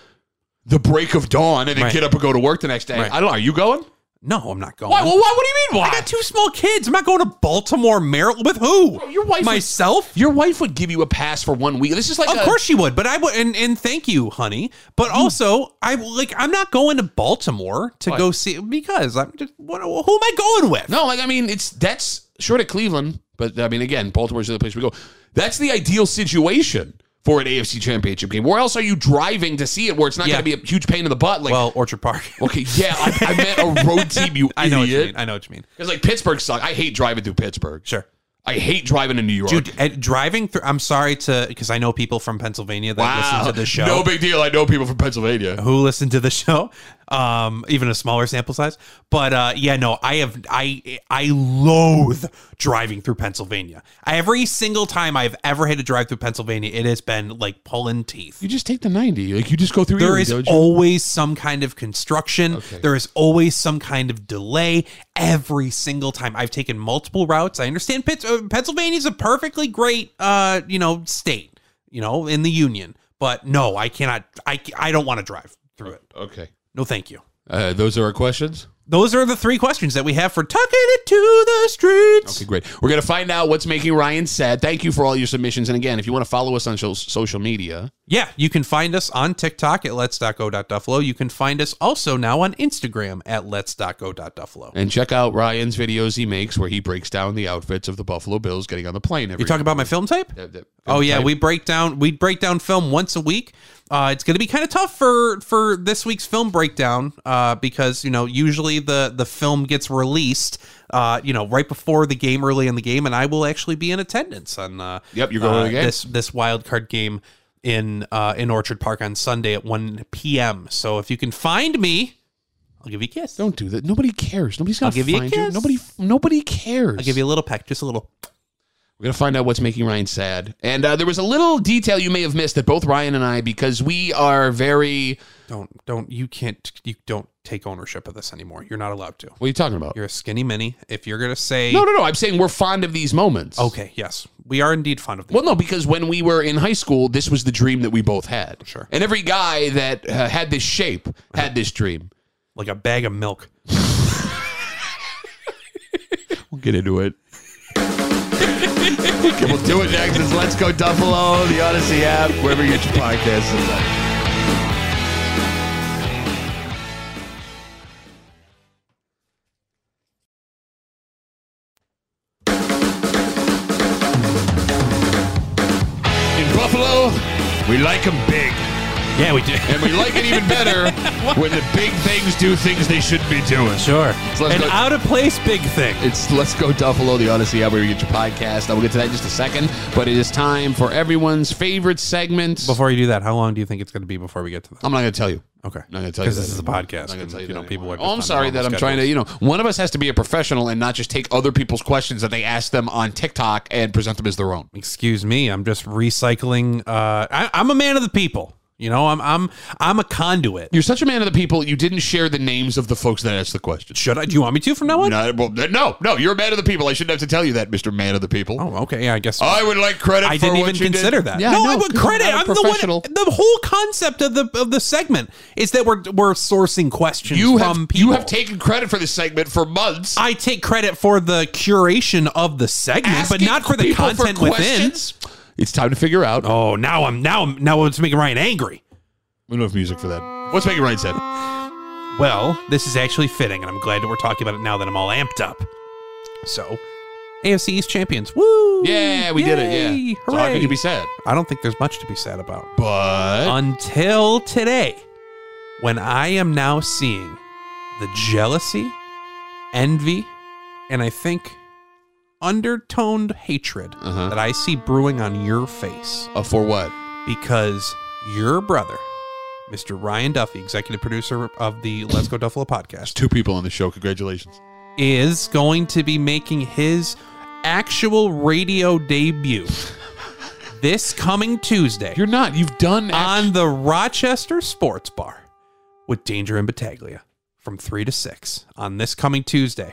Speaker 1: the break of dawn and then
Speaker 2: Right.
Speaker 1: get up and go to work the next day.
Speaker 2: Right.
Speaker 1: I don't know. Are you going?
Speaker 2: No, I'm not going.
Speaker 1: Why? Well, why? What do you mean?
Speaker 2: I
Speaker 1: Why?
Speaker 2: got two small kids. I'm not going to Baltimore, Maryland. With who?
Speaker 1: your wife-
Speaker 2: Myself.
Speaker 1: Your wife would give you a pass for one week. This is like
Speaker 2: Of
Speaker 1: a-
Speaker 2: course she would, but I would, and, and thank you, honey. But also, I like I'm not going to Baltimore to go see because I'm just what, who am I going with?
Speaker 1: No, like I mean, it's that's short of Cleveland, but I mean, again, Baltimore's the other place we go. That's the ideal situation for an AFC Championship game. Where else are you driving to see it? Where it's not
Speaker 2: Yeah.
Speaker 1: going to be a huge pain in the butt? Like,
Speaker 2: Well, Orchard Park.
Speaker 1: Okay, yeah, I, I meant a road team, you
Speaker 2: I know what you mean.
Speaker 1: idiot.
Speaker 2: I know what you mean.
Speaker 1: Because like Pittsburgh sucks. I hate driving through Pittsburgh.
Speaker 2: Sure,
Speaker 1: I hate driving to New York.
Speaker 2: dude. At driving through, I'm sorry to because I know people from Pennsylvania that listen to the show.
Speaker 1: No big deal. I know people from Pennsylvania.
Speaker 2: who listen to the show um even a smaller sample size but uh yeah no i have i i loathe driving through pennsylvania every single time i've ever had to drive through pennsylvania it has been like pulling teeth
Speaker 1: You just take the ninety. Like you just go through.
Speaker 2: there
Speaker 1: Erie,
Speaker 2: is
Speaker 1: don't you?
Speaker 2: always some kind of construction there is always some kind of delay every single time i've taken multiple routes i understand Pitts- uh, pennsylvania is a perfectly great uh you know state you know in the union but no i cannot i i don't want to drive through it
Speaker 1: okay.
Speaker 2: no thank you
Speaker 1: Uh, those are our questions.
Speaker 2: those are the three questions that we have for tucking it to the streets.
Speaker 1: Okay, great. We're gonna find out what's making Ryan sad. Thank you for all your submissions. And again, if you want to follow us on so- social media,
Speaker 2: Yeah, you can find us on TikTok at let's.go.duffalo. You can find us also now on Instagram at let's.go.duffalo.
Speaker 1: and check out Ryan's videos he makes where he breaks down the outfits of the Buffalo Bills getting on the plane every.
Speaker 2: You talking about my film type?
Speaker 1: That- that-
Speaker 2: Oh yeah, we break down we break down film once a week. Uh, it's going to be kind of tough for for this week's film breakdown uh, because you know usually the the film gets released uh, you know right before the game early in the game, and I will actually be in attendance on uh,
Speaker 1: Yep, you're going to
Speaker 2: uh,
Speaker 1: the game.
Speaker 2: this this wild card game in uh, in Orchard Park on Sunday at 1 p.m. So if you can find me, I'll give you a kiss.
Speaker 1: Don't do that. Nobody cares. Nobody's gonna
Speaker 2: I'll give you a
Speaker 1: find
Speaker 2: kiss.
Speaker 1: Nobody. Nobody cares.
Speaker 2: I'll give you a little peck, just a little.
Speaker 1: We're gonna find out what's making Ryan sad. And uh, there was a little detail you may have missed that both Ryan and I, because we are very.
Speaker 2: Don't don't you can't you don't take ownership of this anymore. You're not allowed to.
Speaker 1: What are you talking about?
Speaker 2: You're a skinny mini. If you're gonna say
Speaker 1: No, no, no. I'm saying we're fond of these moments.
Speaker 2: okay, yes, we are indeed fond of the
Speaker 1: Well, no, because when we were in high school, this was the dream that we both had.
Speaker 2: Sure.
Speaker 1: And every guy that uh, had this shape had this dream.
Speaker 2: like a bag of milk.
Speaker 1: We'll get into it. okay, we'll do it next. It's Let's Go Duffalo, the Odyssey app, wherever you get your podcasts. In Buffalo, we like 'em big.
Speaker 2: Yeah, we do.
Speaker 1: And we like it even better when the big things do things they shouldn't be doing.
Speaker 2: Sure.
Speaker 1: So let's
Speaker 2: An
Speaker 1: go-
Speaker 2: out of place big thing.
Speaker 1: It's Let's Go Duffalo, the Odyssey app where you get your podcast. I will get to that in just a second, but it is time for everyone's favorite segment.
Speaker 2: Before you do that, how long do you think it's going to be before we get to that?
Speaker 1: I'm not going to tell you.
Speaker 2: Okay.
Speaker 1: I'm not going to tell you.
Speaker 2: Because
Speaker 1: that
Speaker 2: this is a
Speaker 1: anymore. I'm
Speaker 2: podcast.
Speaker 1: not going
Speaker 2: and,
Speaker 1: to tell you.
Speaker 2: you know,
Speaker 1: that
Speaker 2: people
Speaker 1: anymore.
Speaker 2: are
Speaker 1: oh, I'm sorry that I'm trying to, you know, one of us has to be a professional and not just take other people's questions that they ask them on TikTok and present them as their own.
Speaker 2: Excuse me. I'm just recycling. Uh, I, I'm a man of the people. You know, I'm I'm I'm a conduit.
Speaker 1: You're such a man of the people, you didn't share the names of the folks that asked the question.
Speaker 2: Should I? Do you want me to from now on?
Speaker 1: No, well, no, no, you're a man of the people. I shouldn't have to tell you that, Mr. Man of the People.
Speaker 2: Oh, okay. Yeah, I guess.
Speaker 1: I would like credit
Speaker 2: I
Speaker 1: for
Speaker 2: didn't
Speaker 1: what
Speaker 2: even
Speaker 1: you did.
Speaker 2: consider that.
Speaker 1: Yeah,
Speaker 2: no, I
Speaker 1: know,
Speaker 2: would
Speaker 1: 'cause
Speaker 2: credit.
Speaker 1: not a
Speaker 2: I'm the
Speaker 1: professional.
Speaker 2: one. The whole concept of the of the segment is that we're we're sourcing questions
Speaker 1: you
Speaker 2: from
Speaker 1: have
Speaker 2: people.
Speaker 1: you have taken credit for this segment for months.
Speaker 2: I take credit for the curation of the segment, but
Speaker 1: Asking
Speaker 2: not for the
Speaker 1: people
Speaker 2: content within.
Speaker 1: questions? It's time to figure out.
Speaker 2: Oh, now I'm now I'm now it's making Ryan angry.
Speaker 1: We don't have music for that. What's making Ryan sad?
Speaker 2: Well, this is actually fitting, and I'm glad that we're talking about it now that I'm all amped up. So, AFC East champions, woo!
Speaker 1: Yeah, we did it.
Speaker 2: Yay!
Speaker 1: Yeah. So how
Speaker 2: Hooray!
Speaker 1: could you be sad?
Speaker 2: I don't think there's much to be sad about
Speaker 1: But
Speaker 2: until today, when I am now seeing the jealousy, envy, and I think undertoned hatred
Speaker 1: Uh-huh.
Speaker 2: that I see brewing on your face
Speaker 1: uh, for what?
Speaker 2: because your brother, Mr. Ryan Duffy, executive producer of the Let's Go Duffalo podcast,
Speaker 1: Two people on the show. Congratulations.
Speaker 2: is going to be making his actual radio debut this coming Tuesday
Speaker 1: You're not. You've done.
Speaker 2: on the Rochester Sports Bar with Danger and Battaglia from 3 to 6 on this coming Tuesday.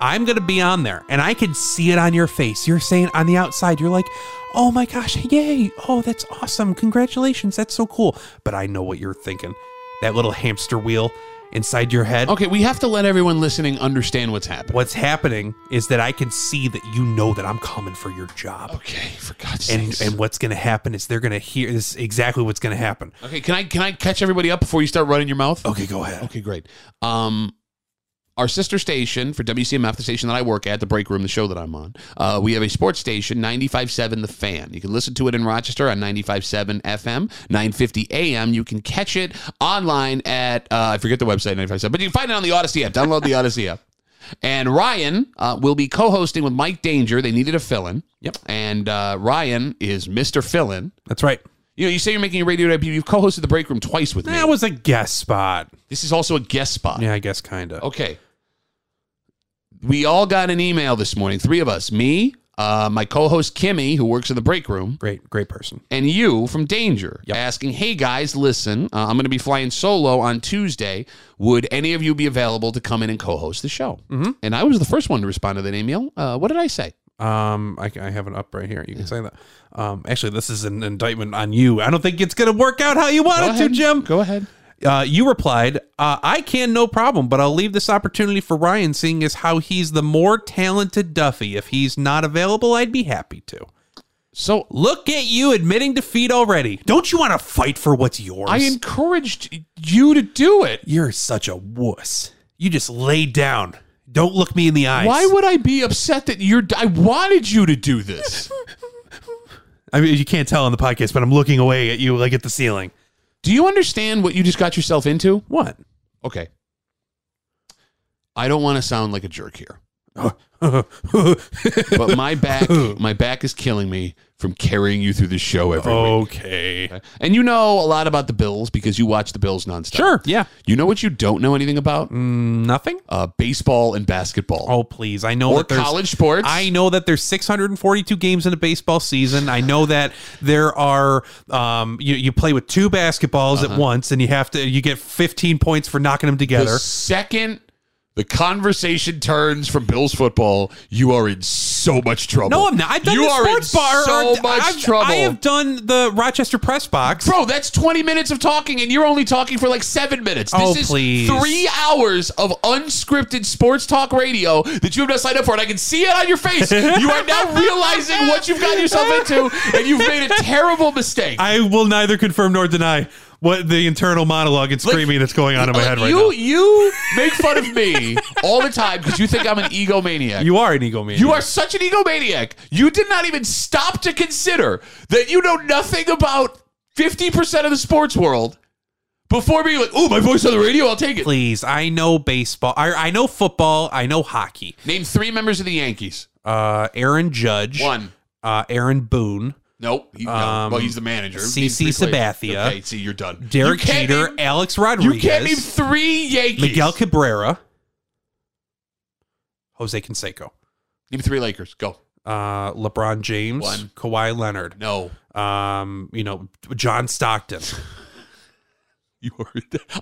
Speaker 2: I'm going to be on there and I can see it on your face. You're saying on the outside, you're like, oh my gosh, yay. Oh, that's awesome. Congratulations. That's so cool. But I know what you're thinking. That little hamster wheel inside your head.
Speaker 1: okay, we have to let everyone listening understand what's happening.
Speaker 2: What's happening is that I can see that you know that I'm coming for your job.
Speaker 1: Okay, for God's
Speaker 2: And,
Speaker 1: sakes.
Speaker 2: and what's going to happen is they're going to hear this is exactly what's going to happen.
Speaker 1: okay, can I can I catch everybody up before you start running your mouth?
Speaker 2: Okay, go ahead.
Speaker 1: Okay, great. Um, our sister station for WCMF, the station that I work at, the break room, the show that I'm on, uh, we have a sports station, 95.7 The Fan. You can listen to it in Rochester on 95.7 FM, 9.50 AM. You can catch it online at, uh, I forget the website, 95.7, but you can find it on the Odyssey app. Download the Odyssey app. And Ryan uh, will be co hosting with Mike Danger. They needed a fill in.
Speaker 2: Yep.
Speaker 1: And uh, Ryan is Mr. Fill in.
Speaker 2: That's right.
Speaker 1: You know, you say you're making a radio debut. You've co hosted the break room twice with me.
Speaker 2: That was a guest spot.
Speaker 1: this is also a guest spot.
Speaker 2: Yeah, I guess kind of.
Speaker 1: Okay. We all got an email this morning, three of us me, uh, my co host Kimmy, who works in the break room,
Speaker 2: Great, great person.
Speaker 1: and you from Danger
Speaker 2: Yep.
Speaker 1: asking, hey guys, listen, uh, I'm going to be flying solo on Tuesday. Would any of you be available to come in and co host the show? Mm-hmm. And I was the first one to respond to that email. Uh, what did I say?
Speaker 2: Um, I, I have it up right here. You can say that. Um, actually, this is an indictment on you. I don't think it's gonna work out how you want it to, Jim.
Speaker 1: Go ahead.
Speaker 2: Uh, you replied, uh, "I can, no problem, but I'll leave this opportunity for Ryan, seeing as how he's the more talented Duffy. If he's not available, I'd be happy to."
Speaker 1: So
Speaker 2: Look at you admitting defeat already. Don't you want to fight for what's yours?
Speaker 1: I encouraged you to do it.
Speaker 2: You're such a wuss. You just lay down. Don't look me in the eyes.
Speaker 1: Why would I be upset that you're. I wanted you to do this.
Speaker 2: I mean, you can't tell on the podcast, but I'm looking away at you like at the ceiling.
Speaker 1: do you understand what you just got yourself into?
Speaker 2: What?
Speaker 1: okay. I don't want to sound like a jerk here, but my back, my back is killing me from carrying you through the show every
Speaker 2: Oh.
Speaker 1: week.
Speaker 2: okay.
Speaker 1: And you know a lot about the Bills because you watch the Bills nonstop.
Speaker 2: Sure. Yeah.
Speaker 1: You know what you don't know anything about?
Speaker 2: Nothing.
Speaker 1: Uh, baseball and basketball.
Speaker 2: Oh please! I know
Speaker 1: Or
Speaker 2: that there's-
Speaker 1: college sports.
Speaker 2: I know that there's 642 games in a baseball season. I know that there are um, you you play with two basketballs
Speaker 1: Uh-huh.
Speaker 2: at once, and you have to you get 15 points for knocking them together.
Speaker 1: The second the conversation turns from Bills football, you are in so much trouble.
Speaker 2: no, I'm not. I've done
Speaker 1: you
Speaker 2: the
Speaker 1: are
Speaker 2: sports
Speaker 1: in
Speaker 2: bar.
Speaker 1: so
Speaker 2: or-
Speaker 1: much
Speaker 2: I've-
Speaker 1: trouble.
Speaker 2: I have done the Rochester press box.
Speaker 1: Bro, that's 20 minutes of talking, and you're only talking for like seven minutes. This
Speaker 2: Oh,
Speaker 1: is
Speaker 2: please.
Speaker 1: three hours of unscripted sports talk radio that you have not signed up for, and I can see it on your face. you are now realizing what you've gotten yourself into, and you've made a terrible mistake.
Speaker 2: I will neither confirm nor deny what the internal monologue and screaming that's going on in my head right
Speaker 1: you
Speaker 2: now.
Speaker 1: you make fun of me all the time because you think I'm an egomaniac.
Speaker 2: You are an egomaniac.
Speaker 1: You are such an egomaniac. You did not even stop to consider that you know nothing about 50% of the sports world before being like, oh, my voice on the radio, I'll take it.
Speaker 2: Please, I know baseball. I, I know football. I know hockey.
Speaker 1: Name three members of the Yankees.
Speaker 2: Uh, Aaron Judge.
Speaker 1: One.
Speaker 2: Uh, Aaron Boone.
Speaker 1: Nope. He, no.
Speaker 2: Um,
Speaker 1: well, he's the manager.
Speaker 2: CC
Speaker 1: Name three players.
Speaker 2: Sabathia.
Speaker 1: Okay, see, you're done.
Speaker 2: Derek
Speaker 1: You can't
Speaker 2: Jeter,
Speaker 1: name-
Speaker 2: Alex
Speaker 1: you
Speaker 2: Rodriguez,
Speaker 1: can't name three Yankees.
Speaker 2: Miguel Cabrera, Jose Canseco,
Speaker 1: name three Lakers. Go.
Speaker 2: uh, LeBron James,
Speaker 1: One.
Speaker 2: Kawhi Leonard,
Speaker 1: No.
Speaker 2: um, you know John Stockton.
Speaker 1: You are.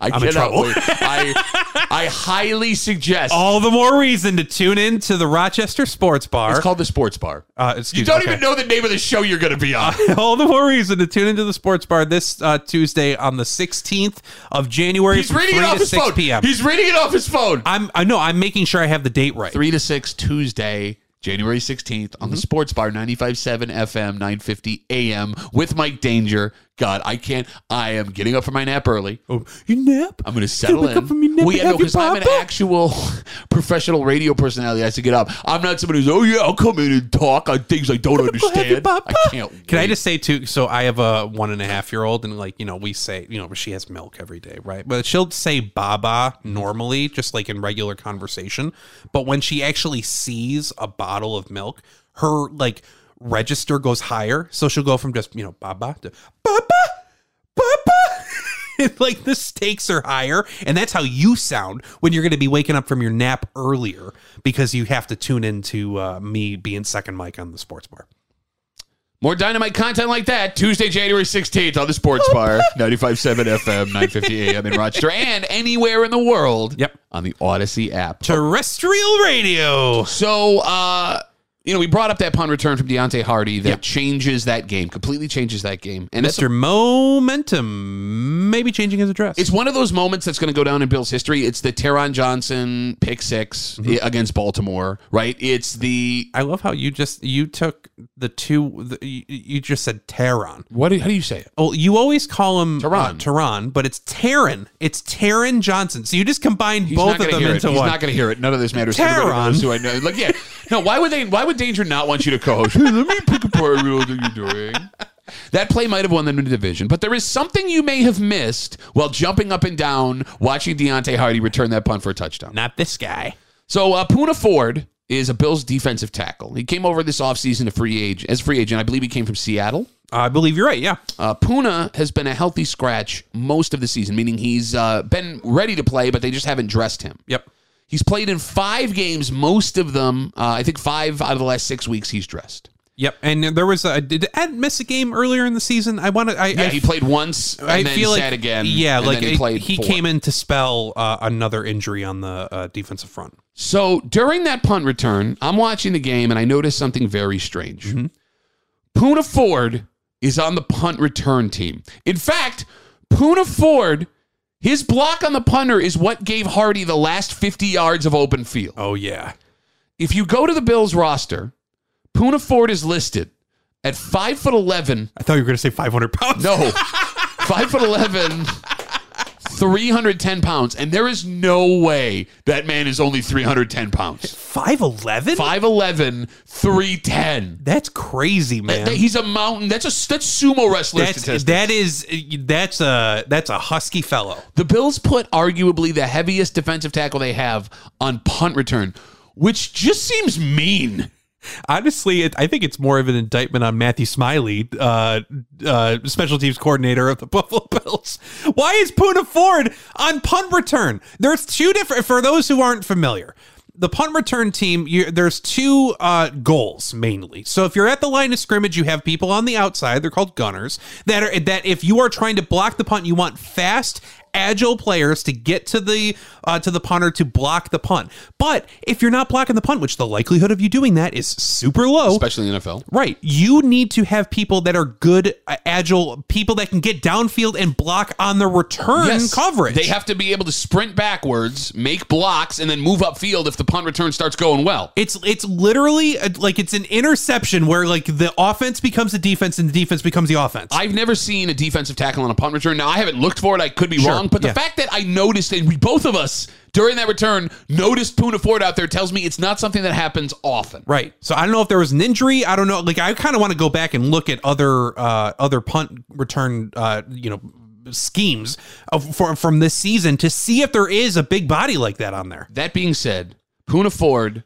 Speaker 1: I
Speaker 2: I'm
Speaker 1: cannot
Speaker 2: in trouble.
Speaker 1: wait. I, I highly suggest.
Speaker 2: All the more reason to tune in to the Rochester Sports Bar.
Speaker 1: it's called the Sports Bar.
Speaker 2: uh, excuse
Speaker 1: You don't
Speaker 2: okay.
Speaker 1: even know the name of the show you're going to be on.
Speaker 2: All the more reason to tune into the Sports Bar this uh, Tuesday on the 16th of January
Speaker 1: He's
Speaker 2: from
Speaker 1: reading
Speaker 2: 3
Speaker 1: it off
Speaker 2: to
Speaker 1: his
Speaker 2: 6
Speaker 1: phone.
Speaker 2: p.m.
Speaker 1: He's reading it off his phone.
Speaker 2: I'm I know I'm making sure I have the date right.
Speaker 1: Three to six Tuesday, January 16th on
Speaker 2: Mm-hmm.
Speaker 1: the Sports Bar 95.7 FM, 9.50 AM with Mike Danger. God, I can't. I am getting up from my nap early.
Speaker 2: Oh, you nap.
Speaker 1: I'm going to settle
Speaker 2: wake
Speaker 1: in.
Speaker 2: up from your nap
Speaker 1: Well,
Speaker 2: and
Speaker 1: yeah, no,
Speaker 2: have your
Speaker 1: because I'm an
Speaker 2: pop-up?
Speaker 1: actual professional radio personality. I have to get up. I'm not somebody who's, oh, yeah, I'll come in and talk on things I don't understand. I can't wait.
Speaker 2: Can I just say too? So I have a one and a half year old, and like you know, we say you know she has milk every day, right? But she'll say "baba" normally, just like in regular conversation. But when she actually sees a bottle of milk, her like register goes higher, so she'll go from just you know "baba" to "baba, baba." like the stakes are higher, and that's how you sound when you're going to be waking up from your nap earlier because you have to tune into uh, me being second mic on the sports bar.
Speaker 1: More dynamite content like that Tuesday, January 16th on the Sports
Speaker 2: Oh.
Speaker 1: Bar, 95.7 FM, 9.50 AM in Rochester, and anywhere in the world
Speaker 2: Yep.
Speaker 1: on the Odyssey app.
Speaker 2: terrestrial radio.
Speaker 1: So, uh, you know, we brought up that punt return from Deontay Hardy that changes that game, completely changes that game. And that's
Speaker 2: Mr. Momentum maybe changing his address.
Speaker 1: It's one of those moments that's going to go down in Bills history. It's the Teron Johnson pick 6 i- against Baltimore, right? It's the
Speaker 2: I love how you just you took the two. The, you, you just said Tehran.
Speaker 1: what? Do, how do you say it?
Speaker 2: Well, you always call him uh,
Speaker 1: Tehran.
Speaker 2: Tehran, but it's Taron. It's Taron Johnson. So you just combine both of
Speaker 1: gonna
Speaker 2: them
Speaker 1: hear it.
Speaker 2: into
Speaker 1: He's
Speaker 2: one.
Speaker 1: not going to hear it. None of this matters.
Speaker 2: Taron.
Speaker 1: Everybody knows who I know. Like, yeah, no. Why would they? Why would Danger not want you to co-host? Hey, let me pick apart everything you're doing. That play might have won them the division, but there is something you may have missed while jumping up and down watching Deontay Hardy return that punt for a touchdown.
Speaker 2: Not this guy.
Speaker 1: So uh, Puna Ford is a Bills defensive tackle. He came over this offseason to free agent as a free agent. I believe he came from Seattle.
Speaker 2: I believe you're right. Yeah.
Speaker 1: Uh, Puna has been a healthy scratch most of the season, meaning he's uh, been ready to play, but they just haven't dressed him.
Speaker 2: Yep.
Speaker 1: He's played in five games, most of them. Uh, I think five out of the last six weeks he's dressed.
Speaker 2: Yep. And there was a did Ed miss a game earlier in the season? I want to. I,
Speaker 1: Yeah,
Speaker 2: I
Speaker 1: he played once and
Speaker 2: I
Speaker 1: then
Speaker 2: feel
Speaker 1: sat
Speaker 2: like
Speaker 1: again.
Speaker 2: Yeah,
Speaker 1: and
Speaker 2: like
Speaker 1: then
Speaker 2: it-
Speaker 1: he played.
Speaker 2: he
Speaker 1: four.
Speaker 2: came in to spell uh, another injury on the uh, defensive front.
Speaker 1: So during that punt return, I'm watching the game and I notice something very strange.
Speaker 2: Mm-hmm.
Speaker 1: Puna Ford is on the punt return team. In fact, Puna Ford, his block on the punter is what gave Hardy the last 50 yards of open field.
Speaker 2: Oh yeah.
Speaker 1: If you go to the Bills roster, Puna Ford is listed at 5 foot 11
Speaker 2: I thought you were going to say 500 pounds.
Speaker 1: No. Five foot eleven. 310 pounds, and there is no way that man is only 310 pounds.
Speaker 2: 511?
Speaker 1: 5'11, 310.
Speaker 2: That's crazy, man.
Speaker 1: That- He's a mountain. That's a that's sumo wrestler
Speaker 2: That's
Speaker 1: statistic.
Speaker 2: that is that's a that's a husky fellow.
Speaker 1: the Bills put arguably the heaviest defensive tackle they have on punt return. which just seems mean.
Speaker 2: Honestly, it, I think it's more of an indictment on Matthew Smiley, uh, uh, special teams coordinator of the Buffalo Bills. Why is Puna Ford on punt return? There's two different, for those who aren't familiar, the punt return team, you, there's two uh, goals mainly. So if you're at the line of scrimmage, you have people on the outside. They're called gunners that are that if you are trying to block the punt, you want fast, agile players to get to the uh, to the punter to block the punt. But if you're not blocking the punt, which the likelihood of you doing that is super low,
Speaker 1: Especially in the NFL.
Speaker 2: Right. You need to have people that are good, uh, agile, people that can get downfield and block on the return coverage.
Speaker 1: They have to be able to sprint backwards, make blocks, and then move upfield if the punt return starts going well.
Speaker 2: it's it's literally uh like it's an interception where like the offense becomes the defense and the defense becomes the offense.
Speaker 1: I've never seen a defensive tackle on a punt return. Now I haven't looked for it. I could be wrong, but the
Speaker 2: yeah.
Speaker 1: fact that I noticed and we both of us during that return noticed Puna Ford out there tells me it's not something that happens often.
Speaker 2: right. So I don't know if there was an injury. I don't know. Like I kind of want to go back and look at other uh other punt return uh you know schemes of, for, from this season to see if there is a big body like that on there.
Speaker 1: That being said, Puna Ford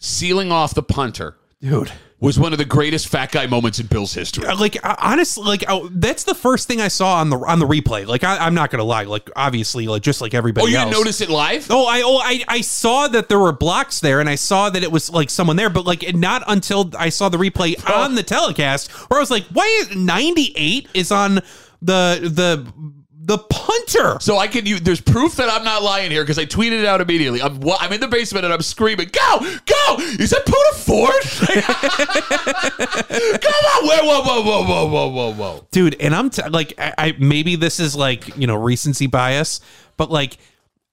Speaker 1: sealing off the punter
Speaker 2: Dude.
Speaker 1: was one of the greatest fat guy moments in Bills history.
Speaker 2: Uh, like uh, honestly like uh, that's the first thing i saw on the on the replay like I, i'm not gonna lie like obviously like just like everybody
Speaker 1: Oh, you didn't
Speaker 2: else.
Speaker 1: notice it live?
Speaker 2: Oh, I oh I, I saw that there were blocks there, and I saw that it was like someone there, but like it- not until I saw the replay on the telecast, where I was like, "Why is ninety eight is on the the the punter?"
Speaker 1: So I can. You, there's proof that I'm not lying here because I tweeted it out immediately. I'm, wa- I'm in the basement and I'm screaming, "Go, go!" Is that Puna Ford? Come on! Whoa, whoa, whoa, whoa, whoa, whoa, whoa!
Speaker 2: dude and i'm t- like I, I maybe this is like you know recency bias but like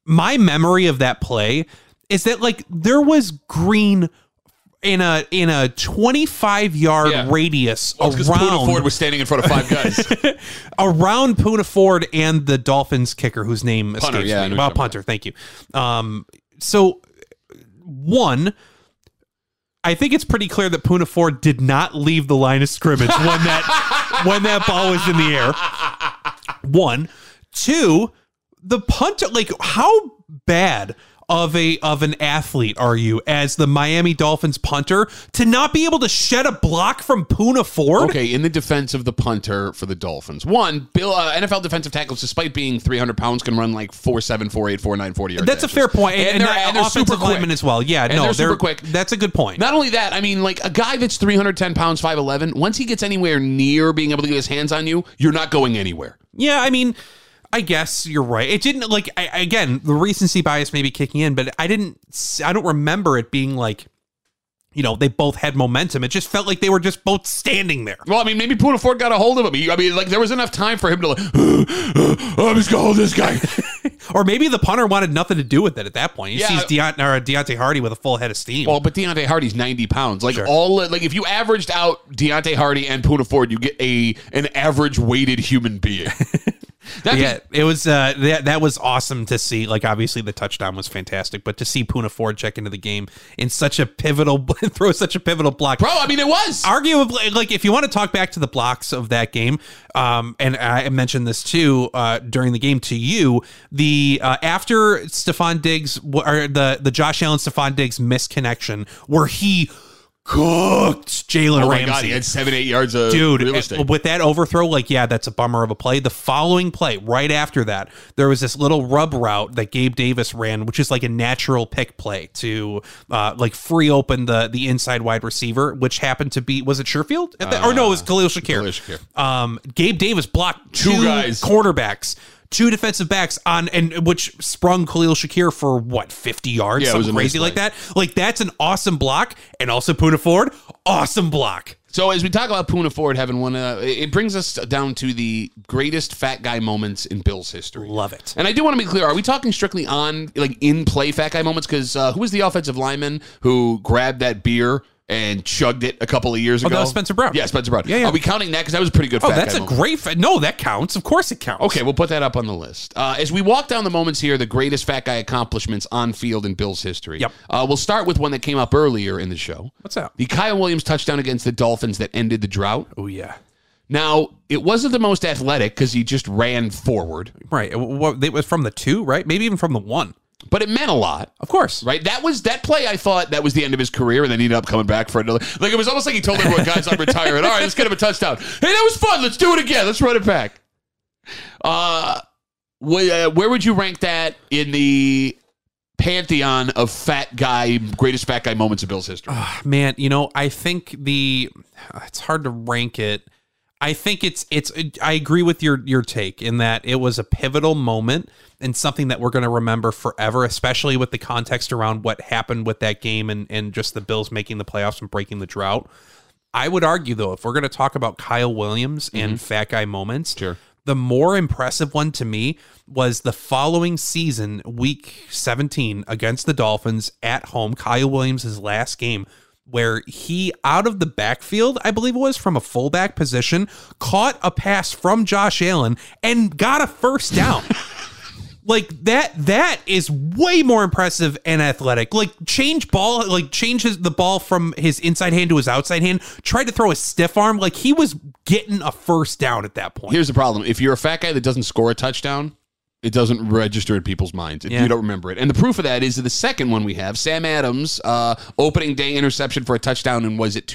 Speaker 2: my memory of that play is that like there was green in a in a 25 yard
Speaker 1: Yeah. Oh,
Speaker 2: radius
Speaker 1: Because Puna Ford
Speaker 2: around
Speaker 1: was standing in front of five guys.
Speaker 2: around Puna Ford and the Dolphins kicker whose name
Speaker 1: Punter,
Speaker 2: escapes
Speaker 1: yeah, I know what
Speaker 2: me. Well,
Speaker 1: you're talking
Speaker 2: punter, thank you. Um so one I think it's pretty clear that Puna Ford did not leave the line of scrimmage when that when that ball was in the air. One, two, the punter. Like, how bad of a of an athlete are you as the Miami Dolphins punter to not be able to shed a block from Puna Ford?
Speaker 1: Okay, in the defense of the punter for the Dolphins, one Bill uh, NFL defensive tackles, despite being 300 pounds, can run like four seven, four eight, four nine, 40 yards.
Speaker 2: That's a fair point, and, and,
Speaker 1: they're-
Speaker 2: that
Speaker 1: and they're
Speaker 2: offensive
Speaker 1: super quick.
Speaker 2: linemen as well. Yeah, no,
Speaker 1: they're super quick.
Speaker 2: That's a good point.
Speaker 1: Not only that, I mean, like a guy that's 310 pounds, 5'11, once he gets anywhere near being able to get his hands on you, you're not going anywhere.
Speaker 2: Yeah, I mean, I guess you're right. It didn't like I, again the recency bias may be kicking in, but I didn't. s- I don't remember it being like, you know, they both had momentum. It just felt like they were just both standing there.
Speaker 1: Well, I mean, maybe Puna Ford got a hold of him. He, I mean, like there was enough time for him to like, oh, I'm just gonna hold this guy.
Speaker 2: Or maybe the punter wanted nothing to do with it at that point. He
Speaker 1: Yeah.
Speaker 2: sees Deont- or Deontay Hardy with a full head of steam.
Speaker 1: well, but Deontay Hardy's 90 pounds. Like all, like if you averaged out Deontay Hardy and Puna Ford, you get a an average weighted human being. That
Speaker 2: yeah, it was uh, that that was awesome to see. Like, obviously, the touchdown was fantastic, but to see Puna Ford check into the game in such a pivotal throw, such a pivotal block,
Speaker 1: bro. I mean, it was.
Speaker 2: arguably like if you want to talk back to the blocks of that game um and i mentioned this too uh during the game to you the uh after stefan diggs or the the josh allen stefan diggs misconnection where he cooked jalen
Speaker 1: oh my god,
Speaker 2: ramsey
Speaker 1: he had seven, eight yards of
Speaker 2: Dude,
Speaker 1: real
Speaker 2: eh,
Speaker 1: estate.
Speaker 2: with that overthrow, like, yeah, that's a bummer of a play. The following play, right after that, there was this little rub route that Gabe Davis ran, which is like a natural pick play to uh, like free open the the inside wide receiver, which happened to be was it Sherfield? At the- or no, it was Khalil
Speaker 1: Ah,
Speaker 2: Shakir.
Speaker 1: Khalil Shakir.
Speaker 2: Um, Gabe Davis blocked
Speaker 1: Two
Speaker 2: two,
Speaker 1: guys.
Speaker 2: quarterbacks. Two defensive backs on and which sprung Khalil Shakir for what fifty yards,
Speaker 1: Yeah, it was
Speaker 2: something
Speaker 1: a nice
Speaker 2: crazy
Speaker 1: play.
Speaker 2: like that. Like that's an awesome block, and also Puna Ford, awesome block.
Speaker 1: So as we talk about Puna Ford having one, uh, it brings us down to the greatest fat guy moments in Bills history.
Speaker 2: Love it.
Speaker 1: And I do want to be clear: Are we talking strictly on like in play fat guy moments? Because uh, who was the offensive lineman who grabbed that beer and chugged it a couple of years ago?
Speaker 2: Oh, that was Spencer Brown.
Speaker 1: Yeah, Spencer Brown.
Speaker 2: Yeah, yeah.
Speaker 1: Are we counting that? Because that was a pretty good.
Speaker 2: Oh,
Speaker 1: fat
Speaker 2: that's
Speaker 1: guy
Speaker 2: a
Speaker 1: moment.
Speaker 2: great. Fa- no, that counts. Of course, it counts.
Speaker 1: Okay, we'll put that up on the list. Uh, as we walk down the moments here, the greatest fat guy accomplishments on field in Bills history.
Speaker 2: Yep.
Speaker 1: Uh, we'll start with one that came up earlier in the show.
Speaker 2: What's that?
Speaker 1: The Kyle Williams touchdown against the Dolphins that ended the drought.
Speaker 2: Oh yeah.
Speaker 1: Now, it wasn't the most athletic because he just ran forward.
Speaker 2: uh, Right. It, w- w- it was from the two, right? Maybe even from the one.
Speaker 1: but it meant a lot.
Speaker 2: Of course.
Speaker 1: Right? That was that play I thought that was the end of his career and then he ended up coming back for another like it was almost like he told everyone, guys, I'm retiring. All right, let's get him a touchdown. Hey, that was fun. Let's do it again. Let's run it back. Uh where, uh, where would you rank that in the pantheon of fat guy greatest fat guy moments of Bill's history?
Speaker 2: Ah, man you know i think the ah, it's hard to rank it i think it's it's uh, i agree with your your take in that it was a pivotal moment and something that we're going to remember forever especially with the context around what happened with that game and and just the bills making the playoffs and breaking the drought i would argue though if we're going to talk about kyle williams and fat guy moments
Speaker 1: Sure.
Speaker 2: the more impressive one to me was the following season, week 17, against the Dolphins at home, Kyle Williams' last game, where he, out of the backfield, I believe it was from a fullback position, caught a pass from Josh Allen and got a first down. like that that is way more impressive and athletic like change ball like change his, the ball from his inside hand to his outside hand tried to throw a stiff arm like he was getting a first down at that point
Speaker 1: Here's the problem. If you're a fat guy that doesn't score a touchdown, it doesn't register in people's minds. If
Speaker 2: Yeah.
Speaker 1: You don't remember it. And the proof of that is the second one we have Sam Adams uh, opening day interception for a touchdown in was it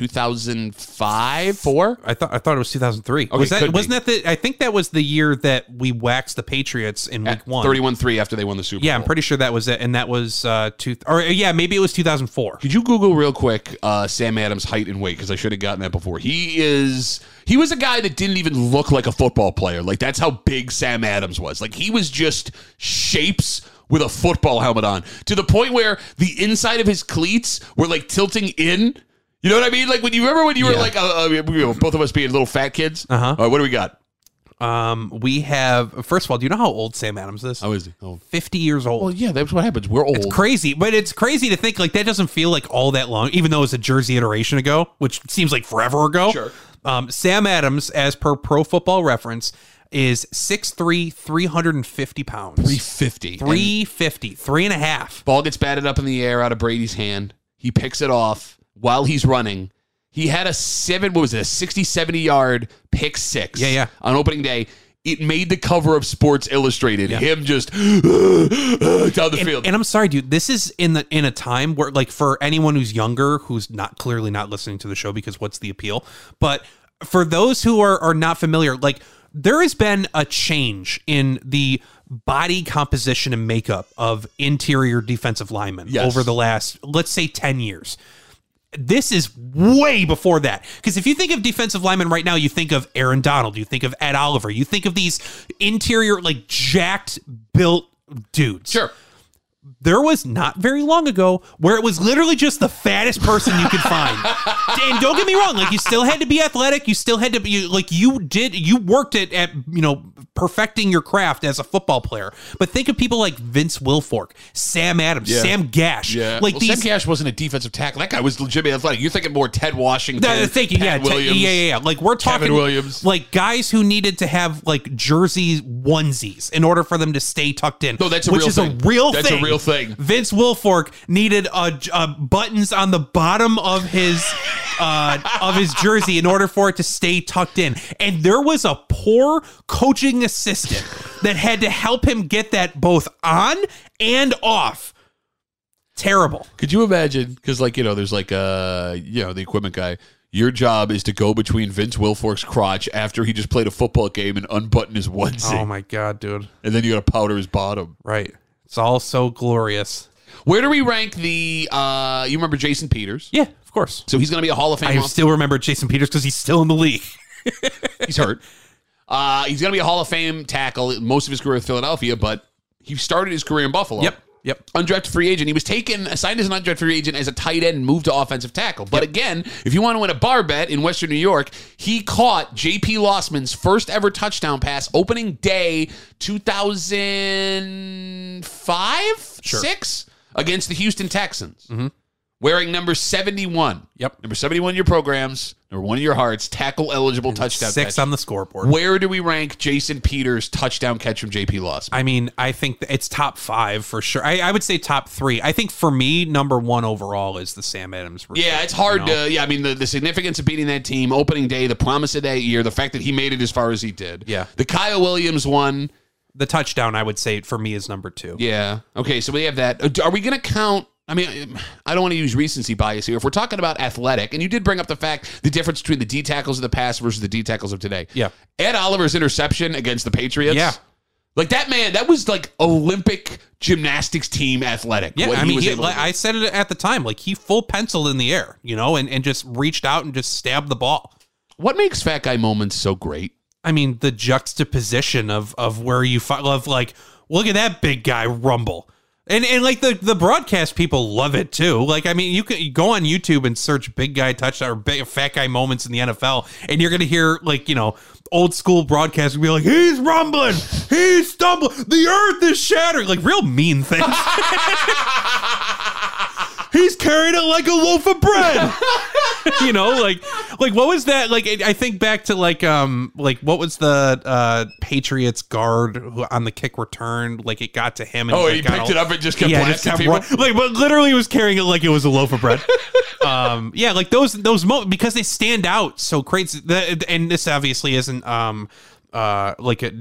Speaker 1: 2005 4?
Speaker 2: I thought I thought it was 2003. was that
Speaker 1: could be.
Speaker 2: wasn't that the I think that was the year that we waxed the Patriots in week 1.
Speaker 1: 31-3 after they won the Super
Speaker 2: yeah, I'm
Speaker 1: Bowl.
Speaker 2: pretty sure that was it and that was uh two or uh, yeah, maybe it was 2004.
Speaker 1: Could you Google real quick uh, Sam Adams' height and weight? Because I should have gotten that before. He is he was a guy that didn't even look like a football player. Like that's how big Sam Adams was. Like he was just shapes with a football helmet on to the point where the inside of his cleats were like tilting in. You know what I mean? Like when you remember when you were
Speaker 2: Yeah.
Speaker 1: like uh, uh, we were both of us being little fat kids. Uh-huh. All right, what do we got?
Speaker 2: Um we have first of all, do you know how old Sam Adams is?
Speaker 1: How is he? Oh,
Speaker 2: 50 years old.
Speaker 1: well, yeah, that's what happens. We're old.
Speaker 2: crazy, but it's crazy to think like that doesn't feel like all that long even though it was a jersey iteration ago, which seems like forever ago.
Speaker 1: Sure.
Speaker 2: Um Sam Adams as per Pro Football Reference is 6'3 350 pounds.
Speaker 1: Three fifty.
Speaker 2: 350, three and a half.
Speaker 1: Ball gets batted up in the air out of Brady's hand. He picks it off while he's running. He had a seven, what was it, a 60, 70 yard pick six.
Speaker 2: Yeah, yeah.
Speaker 1: On opening day. It made the cover of Sports Illustrated. Him just down the
Speaker 2: and,
Speaker 1: field.
Speaker 2: and I'm sorry, dude. This is in the in a time where, like, for anyone who's younger, who's not clearly not listening to the show because what's the appeal? But for those who are are not familiar, like, there has been a change in the body composition and makeup of interior defensive linemen
Speaker 1: Yes.
Speaker 2: over the last, let's say, ten years. This is way before that. Because if you think of defensive linemen right now, you think of Aaron Donald, you think of Ed Oliver, you think of these interior, like jacked, built dudes
Speaker 1: sure.
Speaker 2: there was not very long ago where it was literally just the fattest person you could find. and don't get me wrong, like you still had to be athletic, you still had to be you- like you did you worked it at, you know, perfecting your craft as a football player. But think of people like Vince Wilfork, Sam Adams,
Speaker 1: Yeah.
Speaker 2: Sam Gash.
Speaker 1: Yeah.
Speaker 2: Like
Speaker 1: Well,
Speaker 2: these
Speaker 1: Sam Cash wasn't a defensive tackle. That guy was legitimately athletic. You're thinking more Ted Washington.
Speaker 2: Th- Uh, thank you.
Speaker 1: Pat
Speaker 2: Yeah, te-
Speaker 1: Williams.
Speaker 2: yeah, yeah, yeah. Like we're talking
Speaker 1: Williams.
Speaker 2: like guys who needed to have like jerseys, onesies in order for them to stay tucked in.
Speaker 1: No, that's a
Speaker 2: which
Speaker 1: real
Speaker 2: is
Speaker 1: thing.
Speaker 2: a real
Speaker 1: That's a
Speaker 2: thing.
Speaker 1: real thing.
Speaker 2: Vince Wilfork needed uh, j- uh, buttons on the bottom of his. Uh, of his jersey in order for it to stay tucked in. And there was a poor coaching assistant that had to help him get that both on and off. Terrible.
Speaker 1: Could you imagine? Because like you know, there's like uh you know the equipment guy. Your job is to go between Vince Wilfork's crotch after he just played a football game and unbutton his onesie,
Speaker 2: Oh my God, dude.
Speaker 1: and then you got to powder his bottom.
Speaker 2: Right. It's all so glorious.
Speaker 1: Where do we rank the? uh You remember Jason Peters?
Speaker 2: Yeah, of course.
Speaker 1: So he's going to be a Hall of Fame.
Speaker 2: I
Speaker 1: off-
Speaker 2: still remember Jason Peters because he's still in the league.
Speaker 1: he's hurt. Uh, he's going to be a Hall of Fame tackle most of his career with Philadelphia, but he started his career in Buffalo.
Speaker 2: Yep.
Speaker 1: undrafted free agent. He was taken, signed as an undrafted free agent as a tight end, and moved to offensive tackle. But again, if you want to win a bar bet in Western New York, he caught J.P. Lossman's first ever touchdown pass opening day, two thousand five,
Speaker 2: Sure. Mm-hmm.
Speaker 1: six against the Houston Texans, wearing number seventy one.
Speaker 2: Yep.
Speaker 1: number seventy one in your programs, number one in your hearts, tackle eligible touchdown.
Speaker 2: Six
Speaker 1: catch.
Speaker 2: on the scoreboard.
Speaker 1: Where do we rank Jason Peters' touchdown catch from J.P. Lossman?
Speaker 2: I mean, I think that it's top five for sure. I, I would say top three. I think for me, number one overall is the Sam Adams. recruit,
Speaker 1: Yeah, it's hard
Speaker 2: you know?
Speaker 1: to. Yeah, I mean the, the significance of beating that team, opening day, the promise of that year, the fact that he made it as far as he did.
Speaker 2: Yeah.
Speaker 1: the Kyle Williams one.
Speaker 2: the touchdown, I would say for me is number two.
Speaker 1: Yeah. Okay. So we have that. Uh, Are we going to count? I mean, I don't want to use recency bias here. If we're talking about athletic, and you did bring up the fact the difference between the D tackles of the past versus the D tackles of today.
Speaker 2: Yeah.
Speaker 1: Ed Oliver's interception against the Patriots.
Speaker 2: Yeah.
Speaker 1: Like that man, that was like Olympic gymnastics team athletic.
Speaker 2: Yeah,
Speaker 1: what
Speaker 2: I mean,
Speaker 1: was
Speaker 2: he,
Speaker 1: able to
Speaker 2: like,
Speaker 1: do.
Speaker 2: I said it at the time, like he full penciled in the air, you know, and, and just reached out and just stabbed the ball.
Speaker 1: what makes fat guy moments so great?
Speaker 2: I mean, the juxtaposition of of where you fi- of like, look at that big guy rumble, and and like the the broadcast people love it too. Like, I mean, you can you go on YouTube and search big guy touchdown or big fat guy moments in the NFL, and you're gonna hear like you know old school broadcast be like, he's rumbling, he's stumbling, the earth is shattering, like real mean things. he's carrying it like a loaf of bread you know like like what was that like i I think back to like um like what was the uh patriots guard who on the kick return like it got to him and
Speaker 1: Oh,
Speaker 2: like,
Speaker 1: he
Speaker 2: got
Speaker 1: picked
Speaker 2: all-
Speaker 1: it up and just kept
Speaker 2: yeah, just
Speaker 1: blasting
Speaker 2: kept
Speaker 1: people.
Speaker 2: run- like but literally was carrying it like it was a loaf of bread um yeah like those those moments because they stand out so crazy the, and this obviously isn't um uh like a,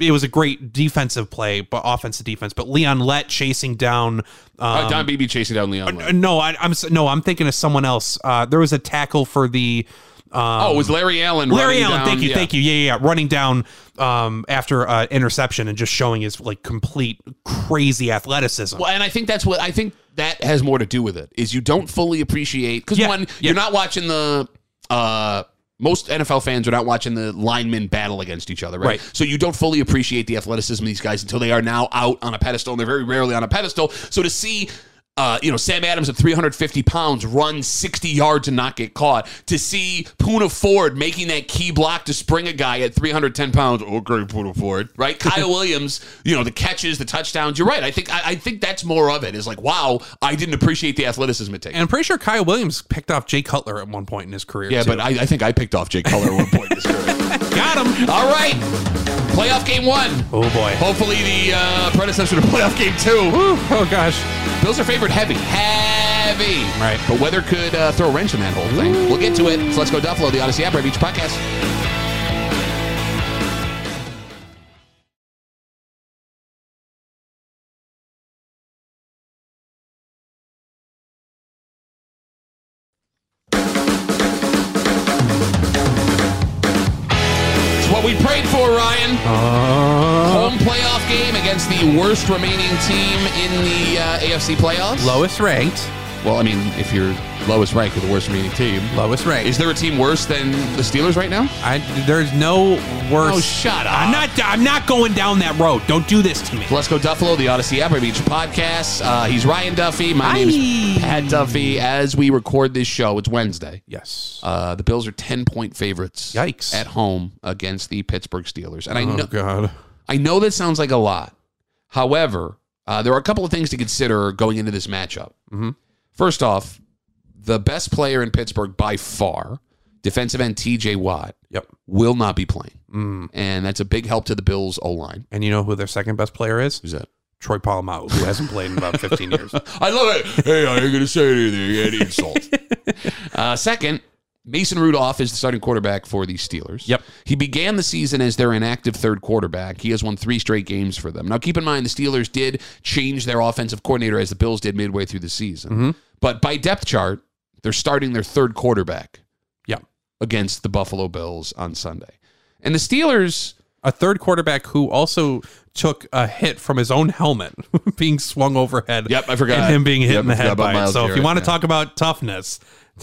Speaker 2: it was a great defensive play but offensive defense but leon let chasing down um,
Speaker 1: Uh, Don Beebe chasing down Leon. Lane.
Speaker 2: Uh, no, I, I'm s- no, I'm thinking of someone else. Uh, there was a tackle for the um,
Speaker 1: oh, it was Larry Allen. running
Speaker 2: Larry Allen.
Speaker 1: down-
Speaker 2: thank you,
Speaker 1: yeah.
Speaker 2: thank you. Yeah, yeah, yeah. Running down um, after uh, interception and just showing his like complete crazy athleticism.
Speaker 1: Well, and I think that's what I think that has more to do with it is you don't fully appreciate because
Speaker 2: Yeah,
Speaker 1: one
Speaker 2: yeah.
Speaker 1: you're not watching the uh most NFL fans are not watching the linemen battle against each other, right?
Speaker 2: Right.
Speaker 1: So you don't fully appreciate the athleticism of these guys until they are now out on a pedestal, and they're very rarely on a pedestal. So to see. Uh, you know, Sam Adams at 350 pounds run 60 yards and not get caught. To see Puna Ford making that key block to spring a guy at 310 pounds. Okay, Puna Ford, right? Kyle Williams, you know, the catches, the touchdowns. You're right. I think I, I think that's more of it. Is like, wow, I didn't appreciate the athleticism it takes.
Speaker 2: and I'm pretty sure Kyle Williams picked off Jay Cutler at one point in his career.
Speaker 1: yeah,
Speaker 2: too.
Speaker 1: but I, I think I picked off Jake Color at one point this year.
Speaker 2: got him.
Speaker 1: All right, playoff game one.
Speaker 2: Oh boy. Oh,
Speaker 1: Hopefully, the uh, predecessor to playoff game two.
Speaker 2: oh gosh.
Speaker 1: Bills are favored heavy, heavy.
Speaker 2: Right.
Speaker 1: But weather could uh, throw a wrench in that whole thing. We'll get to it. So let's go Duffalo, the Odyssey App, Red Beach Podcast. It's What we prayed for, Ryan
Speaker 2: Uh.
Speaker 1: home playoff game against the worst remaining team in the uh, AFC playoffs.
Speaker 2: lowest ranked.
Speaker 1: Well, I mean, if you're lowest ranked or the worst remaining team,
Speaker 2: Lowest ranked.
Speaker 1: is there a team worse than the Steelers right now?
Speaker 2: I, there's no worse.
Speaker 1: Oh, shut up.
Speaker 2: I'm not. I'm not going down that road. Don't do this to me.
Speaker 1: Let's go Duffalo, the Odyssey App, Beach podcast. Uh, he's Ryan Duffy. My
Speaker 2: Hi.
Speaker 1: name's Pat Duffy. As we record this show, it's Wednesday.
Speaker 2: Yes.
Speaker 1: Uh, the Bills are ten point favorites.
Speaker 2: Yikes.
Speaker 1: At home against the Pittsburgh Steelers, and I know
Speaker 2: Oh, God.
Speaker 1: I know that sounds like a lot. However, uh, there are a couple of things to consider going into this matchup.
Speaker 2: Mhm.
Speaker 1: First off, the best player in Pittsburgh by far, defensive end TJ Watt,
Speaker 2: Yep.
Speaker 1: will not be playing.
Speaker 2: Mm.
Speaker 1: And that's a big help to the Bills O line.
Speaker 2: And you know who their second best player is?
Speaker 1: Who's that?
Speaker 2: Troy Polamalu, who hasn't played in about 15 years.
Speaker 1: I love it. Hey, I ain't going to say anything. Any insult. uh, second, Mason Rudolph is the starting quarterback for the Steelers.
Speaker 2: Yep.
Speaker 1: He began the season as their inactive third quarterback. He has won three straight games for them. Now, keep in mind, the Steelers did change their offensive coordinator as the Bills did midway through the season. But by depth chart, they're starting their third quarterback
Speaker 2: Yeah.
Speaker 1: against the Buffalo Bills on Sunday. And the Steelers,
Speaker 2: A third quarterback who also took a hit from his own helmet being swung overhead.
Speaker 1: Yep, I forgot.
Speaker 2: And him being hit
Speaker 1: Yep,
Speaker 2: in the
Speaker 1: I forgot
Speaker 2: head
Speaker 1: about
Speaker 2: by it.
Speaker 1: Miles
Speaker 2: So if you
Speaker 1: Garrett,
Speaker 2: want to
Speaker 1: yeah.
Speaker 2: talk about toughness,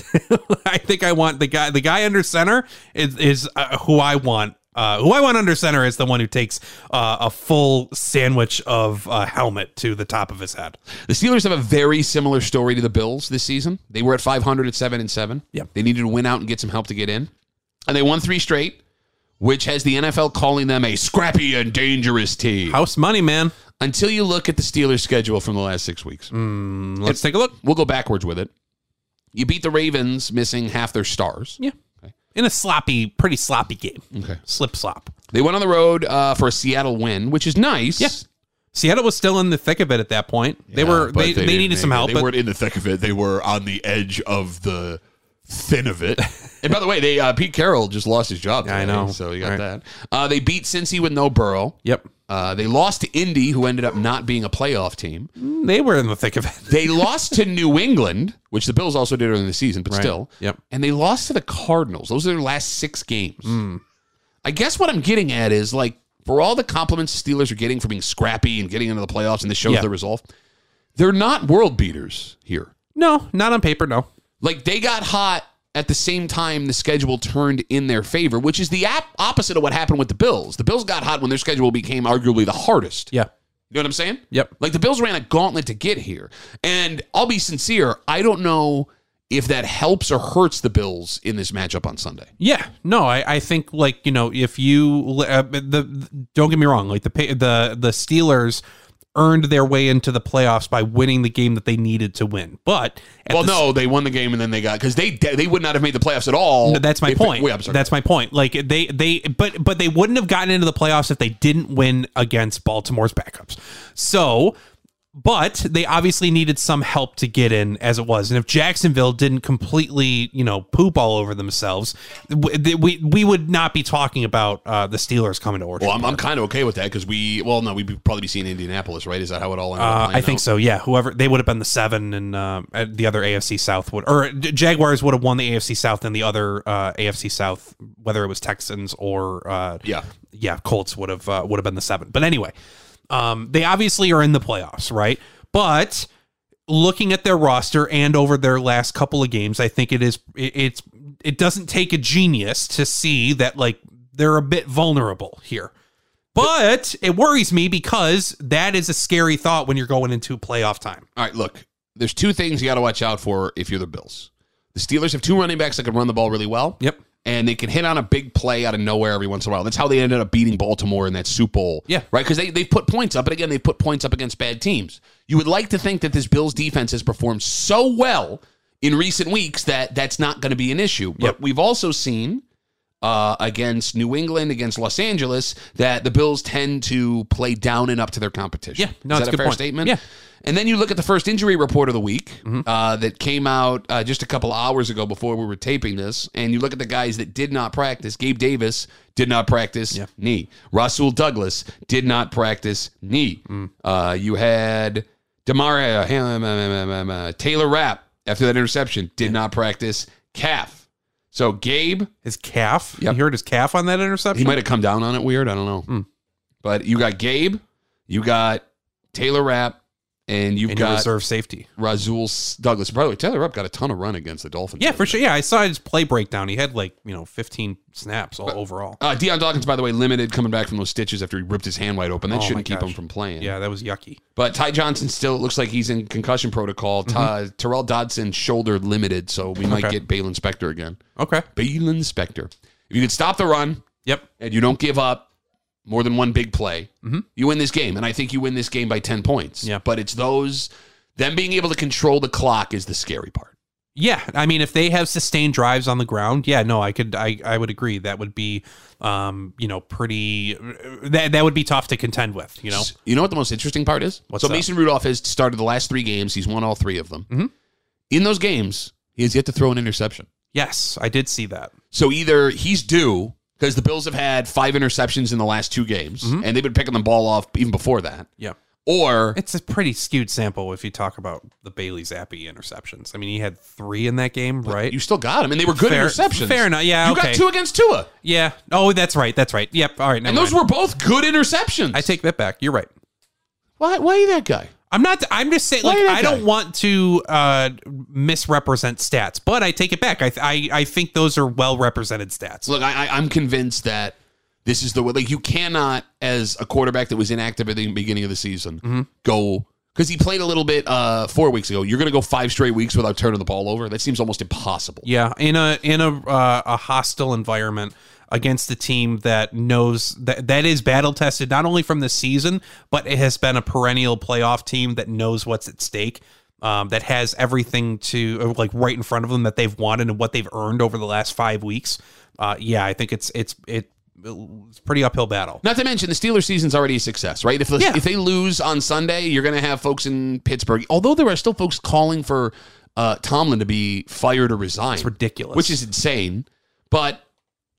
Speaker 2: I think I want the guy the guy under center is, is uh, who I want. Uh, who I want under center is the one who takes uh, a full sandwich of uh, helmet to the top of his head.
Speaker 1: the Steelers have a very similar story to the Bills this season. They were at 500 at 7 and 7.
Speaker 2: Yep.
Speaker 1: They needed to win out and get some help to get in. And they won three straight, which has the NFL calling them a scrappy and dangerous team.
Speaker 2: House money, man.
Speaker 1: until you look at the Steelers' schedule from the last six weeks.
Speaker 2: Mm. Let's take a look.
Speaker 1: We'll go backwards with it. You beat the Ravens, missing half their stars.
Speaker 2: Yeah. In a sloppy, pretty sloppy game.
Speaker 1: Okay.
Speaker 2: Slip slop.
Speaker 1: They went on the road uh, for a Seattle win, which is nice.
Speaker 2: Yeah. Seattle was still in the thick of it at that point. They were they, they, needed some help, but
Speaker 1: in the thick of it. They were on the edge of the thin of it. and by the way, they uh, Pete Carroll just lost his job.
Speaker 2: Yeah, I
Speaker 1: today,
Speaker 2: know.
Speaker 1: So you got
Speaker 2: Right.
Speaker 1: that. Uh, they beat Cincy with no Burrow.
Speaker 2: yep.
Speaker 1: Uh, they lost to Indy, who ended up not being a playoff team.
Speaker 2: They were in the thick of it.
Speaker 1: They lost to New England, which the Bills also did during the season, but still.
Speaker 2: Yep.
Speaker 1: And they lost to the Cardinals. Those are their last six games.
Speaker 2: Hmm.
Speaker 1: I guess what I'm getting at is like, for all the compliments the Steelers are getting for being scrappy and getting into the playoffs, and this shows
Speaker 2: Yeah.
Speaker 1: their resolve, they're not world beaters here.
Speaker 2: No, not on paper. No.
Speaker 1: Like they got hot at the same time the schedule turned in their favor, which is the ap- opposite of what happened with the Bills. The Bills got hot when their schedule became arguably the hardest.
Speaker 2: Yeah.
Speaker 1: You know what I'm saying?
Speaker 2: Yep.
Speaker 1: Like the Bills ran a gauntlet to get here. And I'll be sincere, I don't know if that helps or hurts the Bills in this matchup on Sunday.
Speaker 2: Yeah, no, I, I think like you know if you uh, the, the- don't get me wrong, like the Pa- the the Steelers earned their way into the playoffs by winning the game that they needed to win, but at
Speaker 1: well,
Speaker 2: the
Speaker 1: no, they won the game and then they got because they they would not have made the playoffs at all.
Speaker 2: No, that's my
Speaker 1: if-
Speaker 2: point.
Speaker 1: Wait, I'm sorry.
Speaker 2: That's my point. Like they they but but they wouldn't have gotten into the playoffs if they didn't win against Baltimore's backups. So but they obviously needed some help to get in as it was. And if Jacksonville didn't completely, you know, poop all over themselves, w- th- we we would not be talking about uh, the Steelers coming to Orchard.
Speaker 1: well, I'm, I'm kind of okay with that because we well no we'd probably be seeing Indianapolis right is that how it all ended up
Speaker 2: Uh,
Speaker 1: playing
Speaker 2: I think
Speaker 1: out?
Speaker 2: so. Yeah, whoever they would have been the seven, and uh, at the other AFC South would, or J- Jaguars would have won the AFC South, and the other uh, AFC South, whether it was Texans or uh,
Speaker 1: Yeah.
Speaker 2: yeah, Colts would have uh, would have been the seven. But anyway, um, they obviously are in the playoffs, right? But looking at their roster and over their last couple of games, I think it is it, it's it doesn't take a genius to see that like they're a bit vulnerable here. But it worries me because that is a scary thought when you're going into playoff time.
Speaker 1: All right, look, there's two things you got to watch out for if you're the Bills. The Steelers have two running backs that can run the ball really well.
Speaker 2: Yep.
Speaker 1: And they can hit on a big play out of nowhere every once in a while. That's how they ended up beating Baltimore in that Super Bowl.
Speaker 2: Yeah.
Speaker 1: Right? Because they, they put points up, but again, they put points up against bad teams. You would like to think that this Bills defense has performed so well in recent weeks that that's not going to be an issue. But
Speaker 2: Yep.
Speaker 1: we've also seen uh, against New England, against Los Angeles, that the Bills tend to play down and up to their competition.
Speaker 2: Yeah, no,
Speaker 1: Is that
Speaker 2: it's a
Speaker 1: a
Speaker 2: good
Speaker 1: fair
Speaker 2: point.
Speaker 1: statement?
Speaker 2: Yeah. Mm-hmm.
Speaker 1: And then you look at the first injury report of the week uh, that came out uh, just a couple hours ago before we were taping this. And you look at the guys that did not practice. Gabe Davis did not practice knee. Rasul Douglas did not practice knee.
Speaker 2: Mm.
Speaker 1: Uh, you had Demario him, um, um, um, uh, Taylor Rapp after that interception did not practice calf. So Gabe,
Speaker 2: His calf.
Speaker 1: Yep.
Speaker 2: You heard his calf on that
Speaker 1: he
Speaker 2: interception.
Speaker 1: might have come down on it weird. I don't know.
Speaker 2: Hmm.
Speaker 1: But you got Gabe, you got Taylor Rapp, and you've
Speaker 2: and your
Speaker 1: got
Speaker 2: reserve safety.
Speaker 1: Razul S- Douglas. By the way, Taylor Rupp got a ton of run against the Dolphins.
Speaker 2: Yeah, for sure. Yeah, I saw his play breakdown. He had like you know 15 snaps all overall.
Speaker 1: Uh, Deion Dawkins, by the way, limited coming back from those stitches after he ripped his hand wide open. That
Speaker 2: Oh,
Speaker 1: shouldn't
Speaker 2: my
Speaker 1: keep him
Speaker 2: gosh.
Speaker 1: from playing.
Speaker 2: Yeah, that was yucky.
Speaker 1: But Ty Johnson still it looks like he's in concussion protocol. Ty, Terrell Dodson shoulder limited, so we might
Speaker 2: Mm-hmm. Okay.
Speaker 1: get Balen Spector again.
Speaker 2: Okay.
Speaker 1: Balen Spector. If you could stop the run
Speaker 2: Yep.
Speaker 1: and you don't give up more than one big play, you win this game. And I think you win this game by ten points.
Speaker 2: Mm-hmm. Yeah.
Speaker 1: But it's those them being able to control the clock is the scary part.
Speaker 2: Yeah, I mean, if they have sustained drives on the ground, yeah, no, I could, I, I would agree. That would be, um, you know, pretty. uh, That that would be tough to contend with. You know,
Speaker 1: You know what the most interesting part is?
Speaker 2: What's
Speaker 1: so
Speaker 2: that? Mm-hmm.
Speaker 1: Mason Rudolph has started the last three games. He's won all three of them. In those games, he has yet to throw an interception.
Speaker 2: yes, I did see that.
Speaker 1: So either he's due because the Bills have had five interceptions in the last two games,
Speaker 2: Mm-hmm.
Speaker 1: and they've been picking the ball off even before that,
Speaker 2: Yeah,
Speaker 1: or
Speaker 2: it's a pretty skewed sample if you talk about the Bailey Zappi interceptions. I mean, he had three in that game, right?
Speaker 1: you still got him, and they were good
Speaker 2: Fair-
Speaker 1: interceptions.
Speaker 2: fair enough. Yeah,
Speaker 1: you
Speaker 2: okay.
Speaker 1: got two against Tua,
Speaker 2: yeah. Oh, that's right. That's right. Yep. All right. Never
Speaker 1: and those
Speaker 2: mind.
Speaker 1: were both good interceptions.
Speaker 2: I take that back. You're right.
Speaker 1: why? Why are you that guy?
Speaker 2: I'm not. I'm just saying.
Speaker 1: Why
Speaker 2: Like,
Speaker 1: did
Speaker 2: I don't
Speaker 1: I?
Speaker 2: want to uh, misrepresent stats, but I take it back. I, I I think those are well represented stats.
Speaker 1: Look, I, I, I'm convinced that this is the way. Like, you cannot, as a quarterback that was inactive at the beginning of the season, go because he played a little bit uh, four weeks ago. You're going to go five straight weeks without turning the ball over. That seems almost impossible.
Speaker 2: Yeah, in a in a uh, a hostile environment against a team that knows that that is battle tested not only from this season, but it has been a perennial playoff team that knows what's at stake. Um, that has everything to uh, like right in front of them that they've wanted and what they've earned over the last five weeks. Uh, yeah, I think it's it's it, it's pretty uphill battle.
Speaker 1: Not to mention the Steelers season's already a success, right? If the,
Speaker 2: Yeah.
Speaker 1: if they lose on Sunday, you're going to have folks in Pittsburgh. Although there are still folks calling for uh, Tomlin to be fired or resign,
Speaker 2: Ridiculous.
Speaker 1: which is insane. But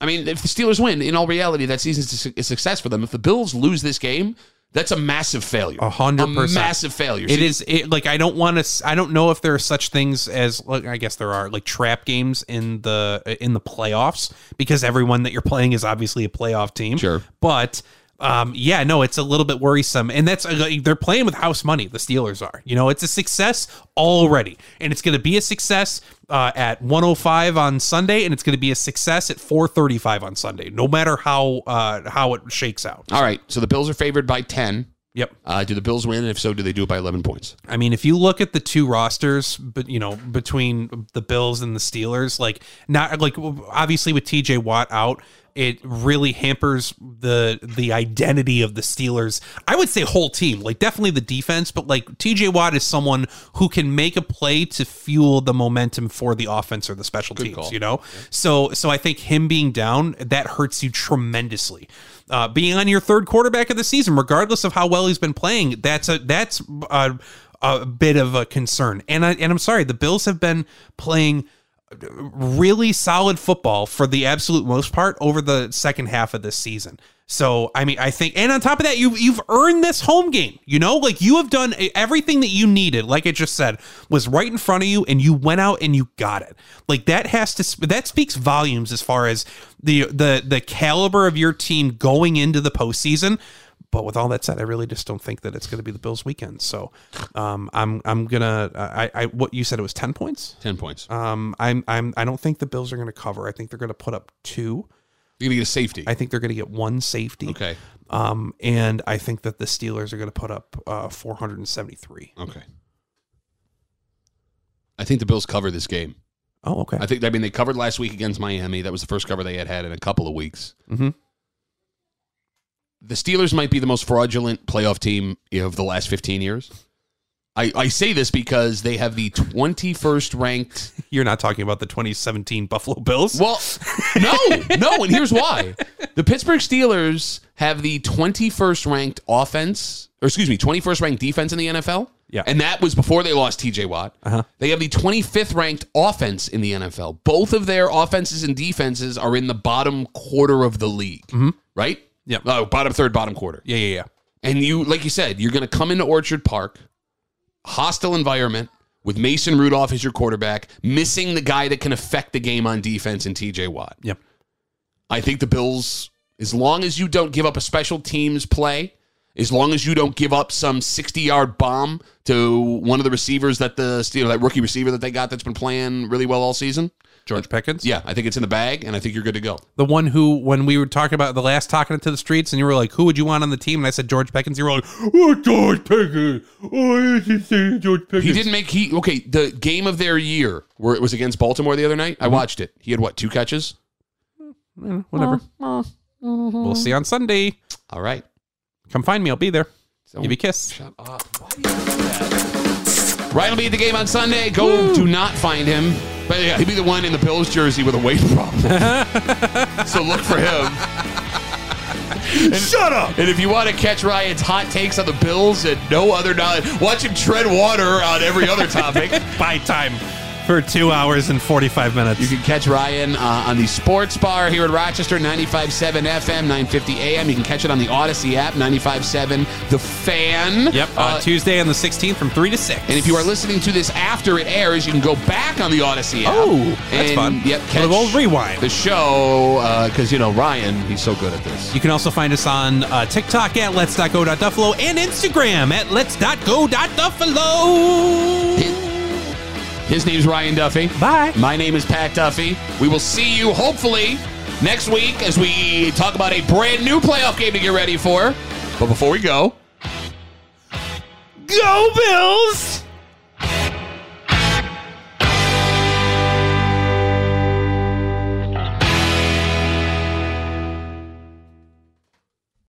Speaker 1: I mean, if the Steelers win, in all reality, that season's a su- a success for them. If the Bills lose this game, that's a massive failure.
Speaker 2: A hundred percent.
Speaker 1: massive failure.
Speaker 2: It
Speaker 1: See,
Speaker 2: is it, like I don't want to. I don't know if there are such things as like I guess there are like trap games in the uh, in the playoffs because everyone that you're playing is obviously a playoff team.
Speaker 1: Sure.
Speaker 2: but um, yeah, no, it's a little bit worrisome, and that's uh, like, they're playing with house money. The Steelers are, you know, it's a success already, and it's going to be a success uh, at 105 on Sunday, and it's going to be a success at 435 on Sunday, no matter how uh, how it shakes out.
Speaker 1: All right. So the Bills are favored by 10.
Speaker 2: Yep.
Speaker 1: Uh, do the Bills win? And if so, do they do it by 11 points?
Speaker 2: I mean, if you look at the two rosters, but you know, between the Bills and the Steelers, like not like obviously with TJ Watt out, it really hampers the the identity of the Steelers. I would say whole team, like definitely the defense, but like TJ Watt is someone who can make a play to fuel the momentum for the offense or the special teams,
Speaker 1: call.
Speaker 2: you know? So so I think him being down, that hurts you tremendously. Uh, being on your third quarterback of the season, regardless of how well he's been playing, that's a that's uh, a, a bit of a concern. And I and I'm sorry, the Bills have been playing really solid football for the absolute most part over the second half of this season. So I mean, I think, and on top of that, you you've earned this home game. You know, like you have done e, everything that you needed. Like I just said, was right in front of you, and you went out and you got it. Like that has to sp- that speaks volumes as far as the the the caliber of your team going into the postseason. But with all that said, I really just don't think that it's going to be the Bills' weekend. So, um, I'm I'm gonna I, I what you said it was ten points.
Speaker 1: 10 points.
Speaker 2: Um, I'm I'm I don't think the Bills are going to cover. I think they're going to put up two.
Speaker 1: You're going to get a safety.
Speaker 2: I think they're going to get one safety.
Speaker 1: okay.
Speaker 2: Um, and I think that the Steelers are going to put up uh 473.
Speaker 1: Okay. I think the Bills cover this game.
Speaker 2: Oh, okay.
Speaker 1: I think, I mean, they covered last week against Miami. That was the first cover they had had in a couple of weeks.
Speaker 2: Mhm.
Speaker 1: The Steelers might be the most fraudulent playoff team of the last 15 years. I, I say this because they have the 21st ranked
Speaker 2: You're not talking about the 2017 Buffalo Bills.
Speaker 1: Well, no, no, and here's why. The Pittsburgh Steelers have the 21st ranked offense, or excuse me, 21st ranked defense in the NFL.
Speaker 2: Yeah.
Speaker 1: And that was before they lost TJ Watt.
Speaker 2: Uh-huh.
Speaker 1: They have the 25th ranked offense in the NFL. Both of their offenses and defenses are in the bottom quarter of the league, right?
Speaker 2: Mm-hmm. Yep.
Speaker 1: Oh, bottom third, bottom quarter.
Speaker 2: Yeah, yeah, yeah.
Speaker 1: And you, like you said, you're going to come into Orchard Park, hostile environment with Mason Rudolph as your quarterback, missing the guy that can affect the game on defense in TJ Watt.
Speaker 2: Yep.
Speaker 1: I think the Bills, as long as you don't give up a special teams play, as long as you don't give up some 60 yard bomb to one of the receivers that the, you know, that rookie receiver that they got that's been playing really well all season,
Speaker 2: George Pickens.
Speaker 1: Uh, yeah, I think it's in the bag and I think you're good to go.
Speaker 2: The one who, when we were talking about the last talking it to the streets, and you were like, "Who would you want on the team?" and I said George Pickens. You were like, "Oh, George Pickens. Oh, I should say George Pickens."
Speaker 1: He didn't make he okay. The game of their year, where it was against Baltimore the other night, I watched it. He had what two catches?
Speaker 2: Eh, Whatever.
Speaker 1: Oh.
Speaker 2: We'll see on Sunday.
Speaker 1: All right.
Speaker 2: Come find me. I'll be there.
Speaker 1: So-
Speaker 2: Give me a kiss.
Speaker 1: Shut up. Why do you do that? Ryan will be at the game on Sunday. Go do not find him. But yeah, he'd be the one in the Bills jersey with a weight problem. so look for him.
Speaker 2: Shut up.
Speaker 1: And if you want to catch Ryan's hot takes on the Bills and no other knowledge, watch him tread water on every other topic.
Speaker 2: Buy time for two hours and 45 minutes.
Speaker 1: You can catch Ryan uh, on the Sports Bar here in Rochester, 95.7 FM, 9.50 AM. You can catch it on the Odyssey app, 95.7 The Fan.
Speaker 2: yep. Uh,
Speaker 1: Uh,
Speaker 2: Tuesday on the 16th from 3 to 6.
Speaker 1: and if you are listening to this after it airs, you can go back on the Odyssey app.
Speaker 2: Oh, that's
Speaker 1: and,
Speaker 2: fun.
Speaker 1: Yep,
Speaker 2: Little old rewind.
Speaker 1: the show because, you know, Ryan, he's so good at this.
Speaker 2: You can also find us on uh, TikTok at let's.go.duffalo and Instagram at let's.go.duffalo.
Speaker 1: His name's Ryan Duffy.
Speaker 2: Bye.
Speaker 1: My name is Pat Duffy. We will see you hopefully next week as we talk about a brand new playoff game to get ready for. But before we go,
Speaker 2: Go, Bills!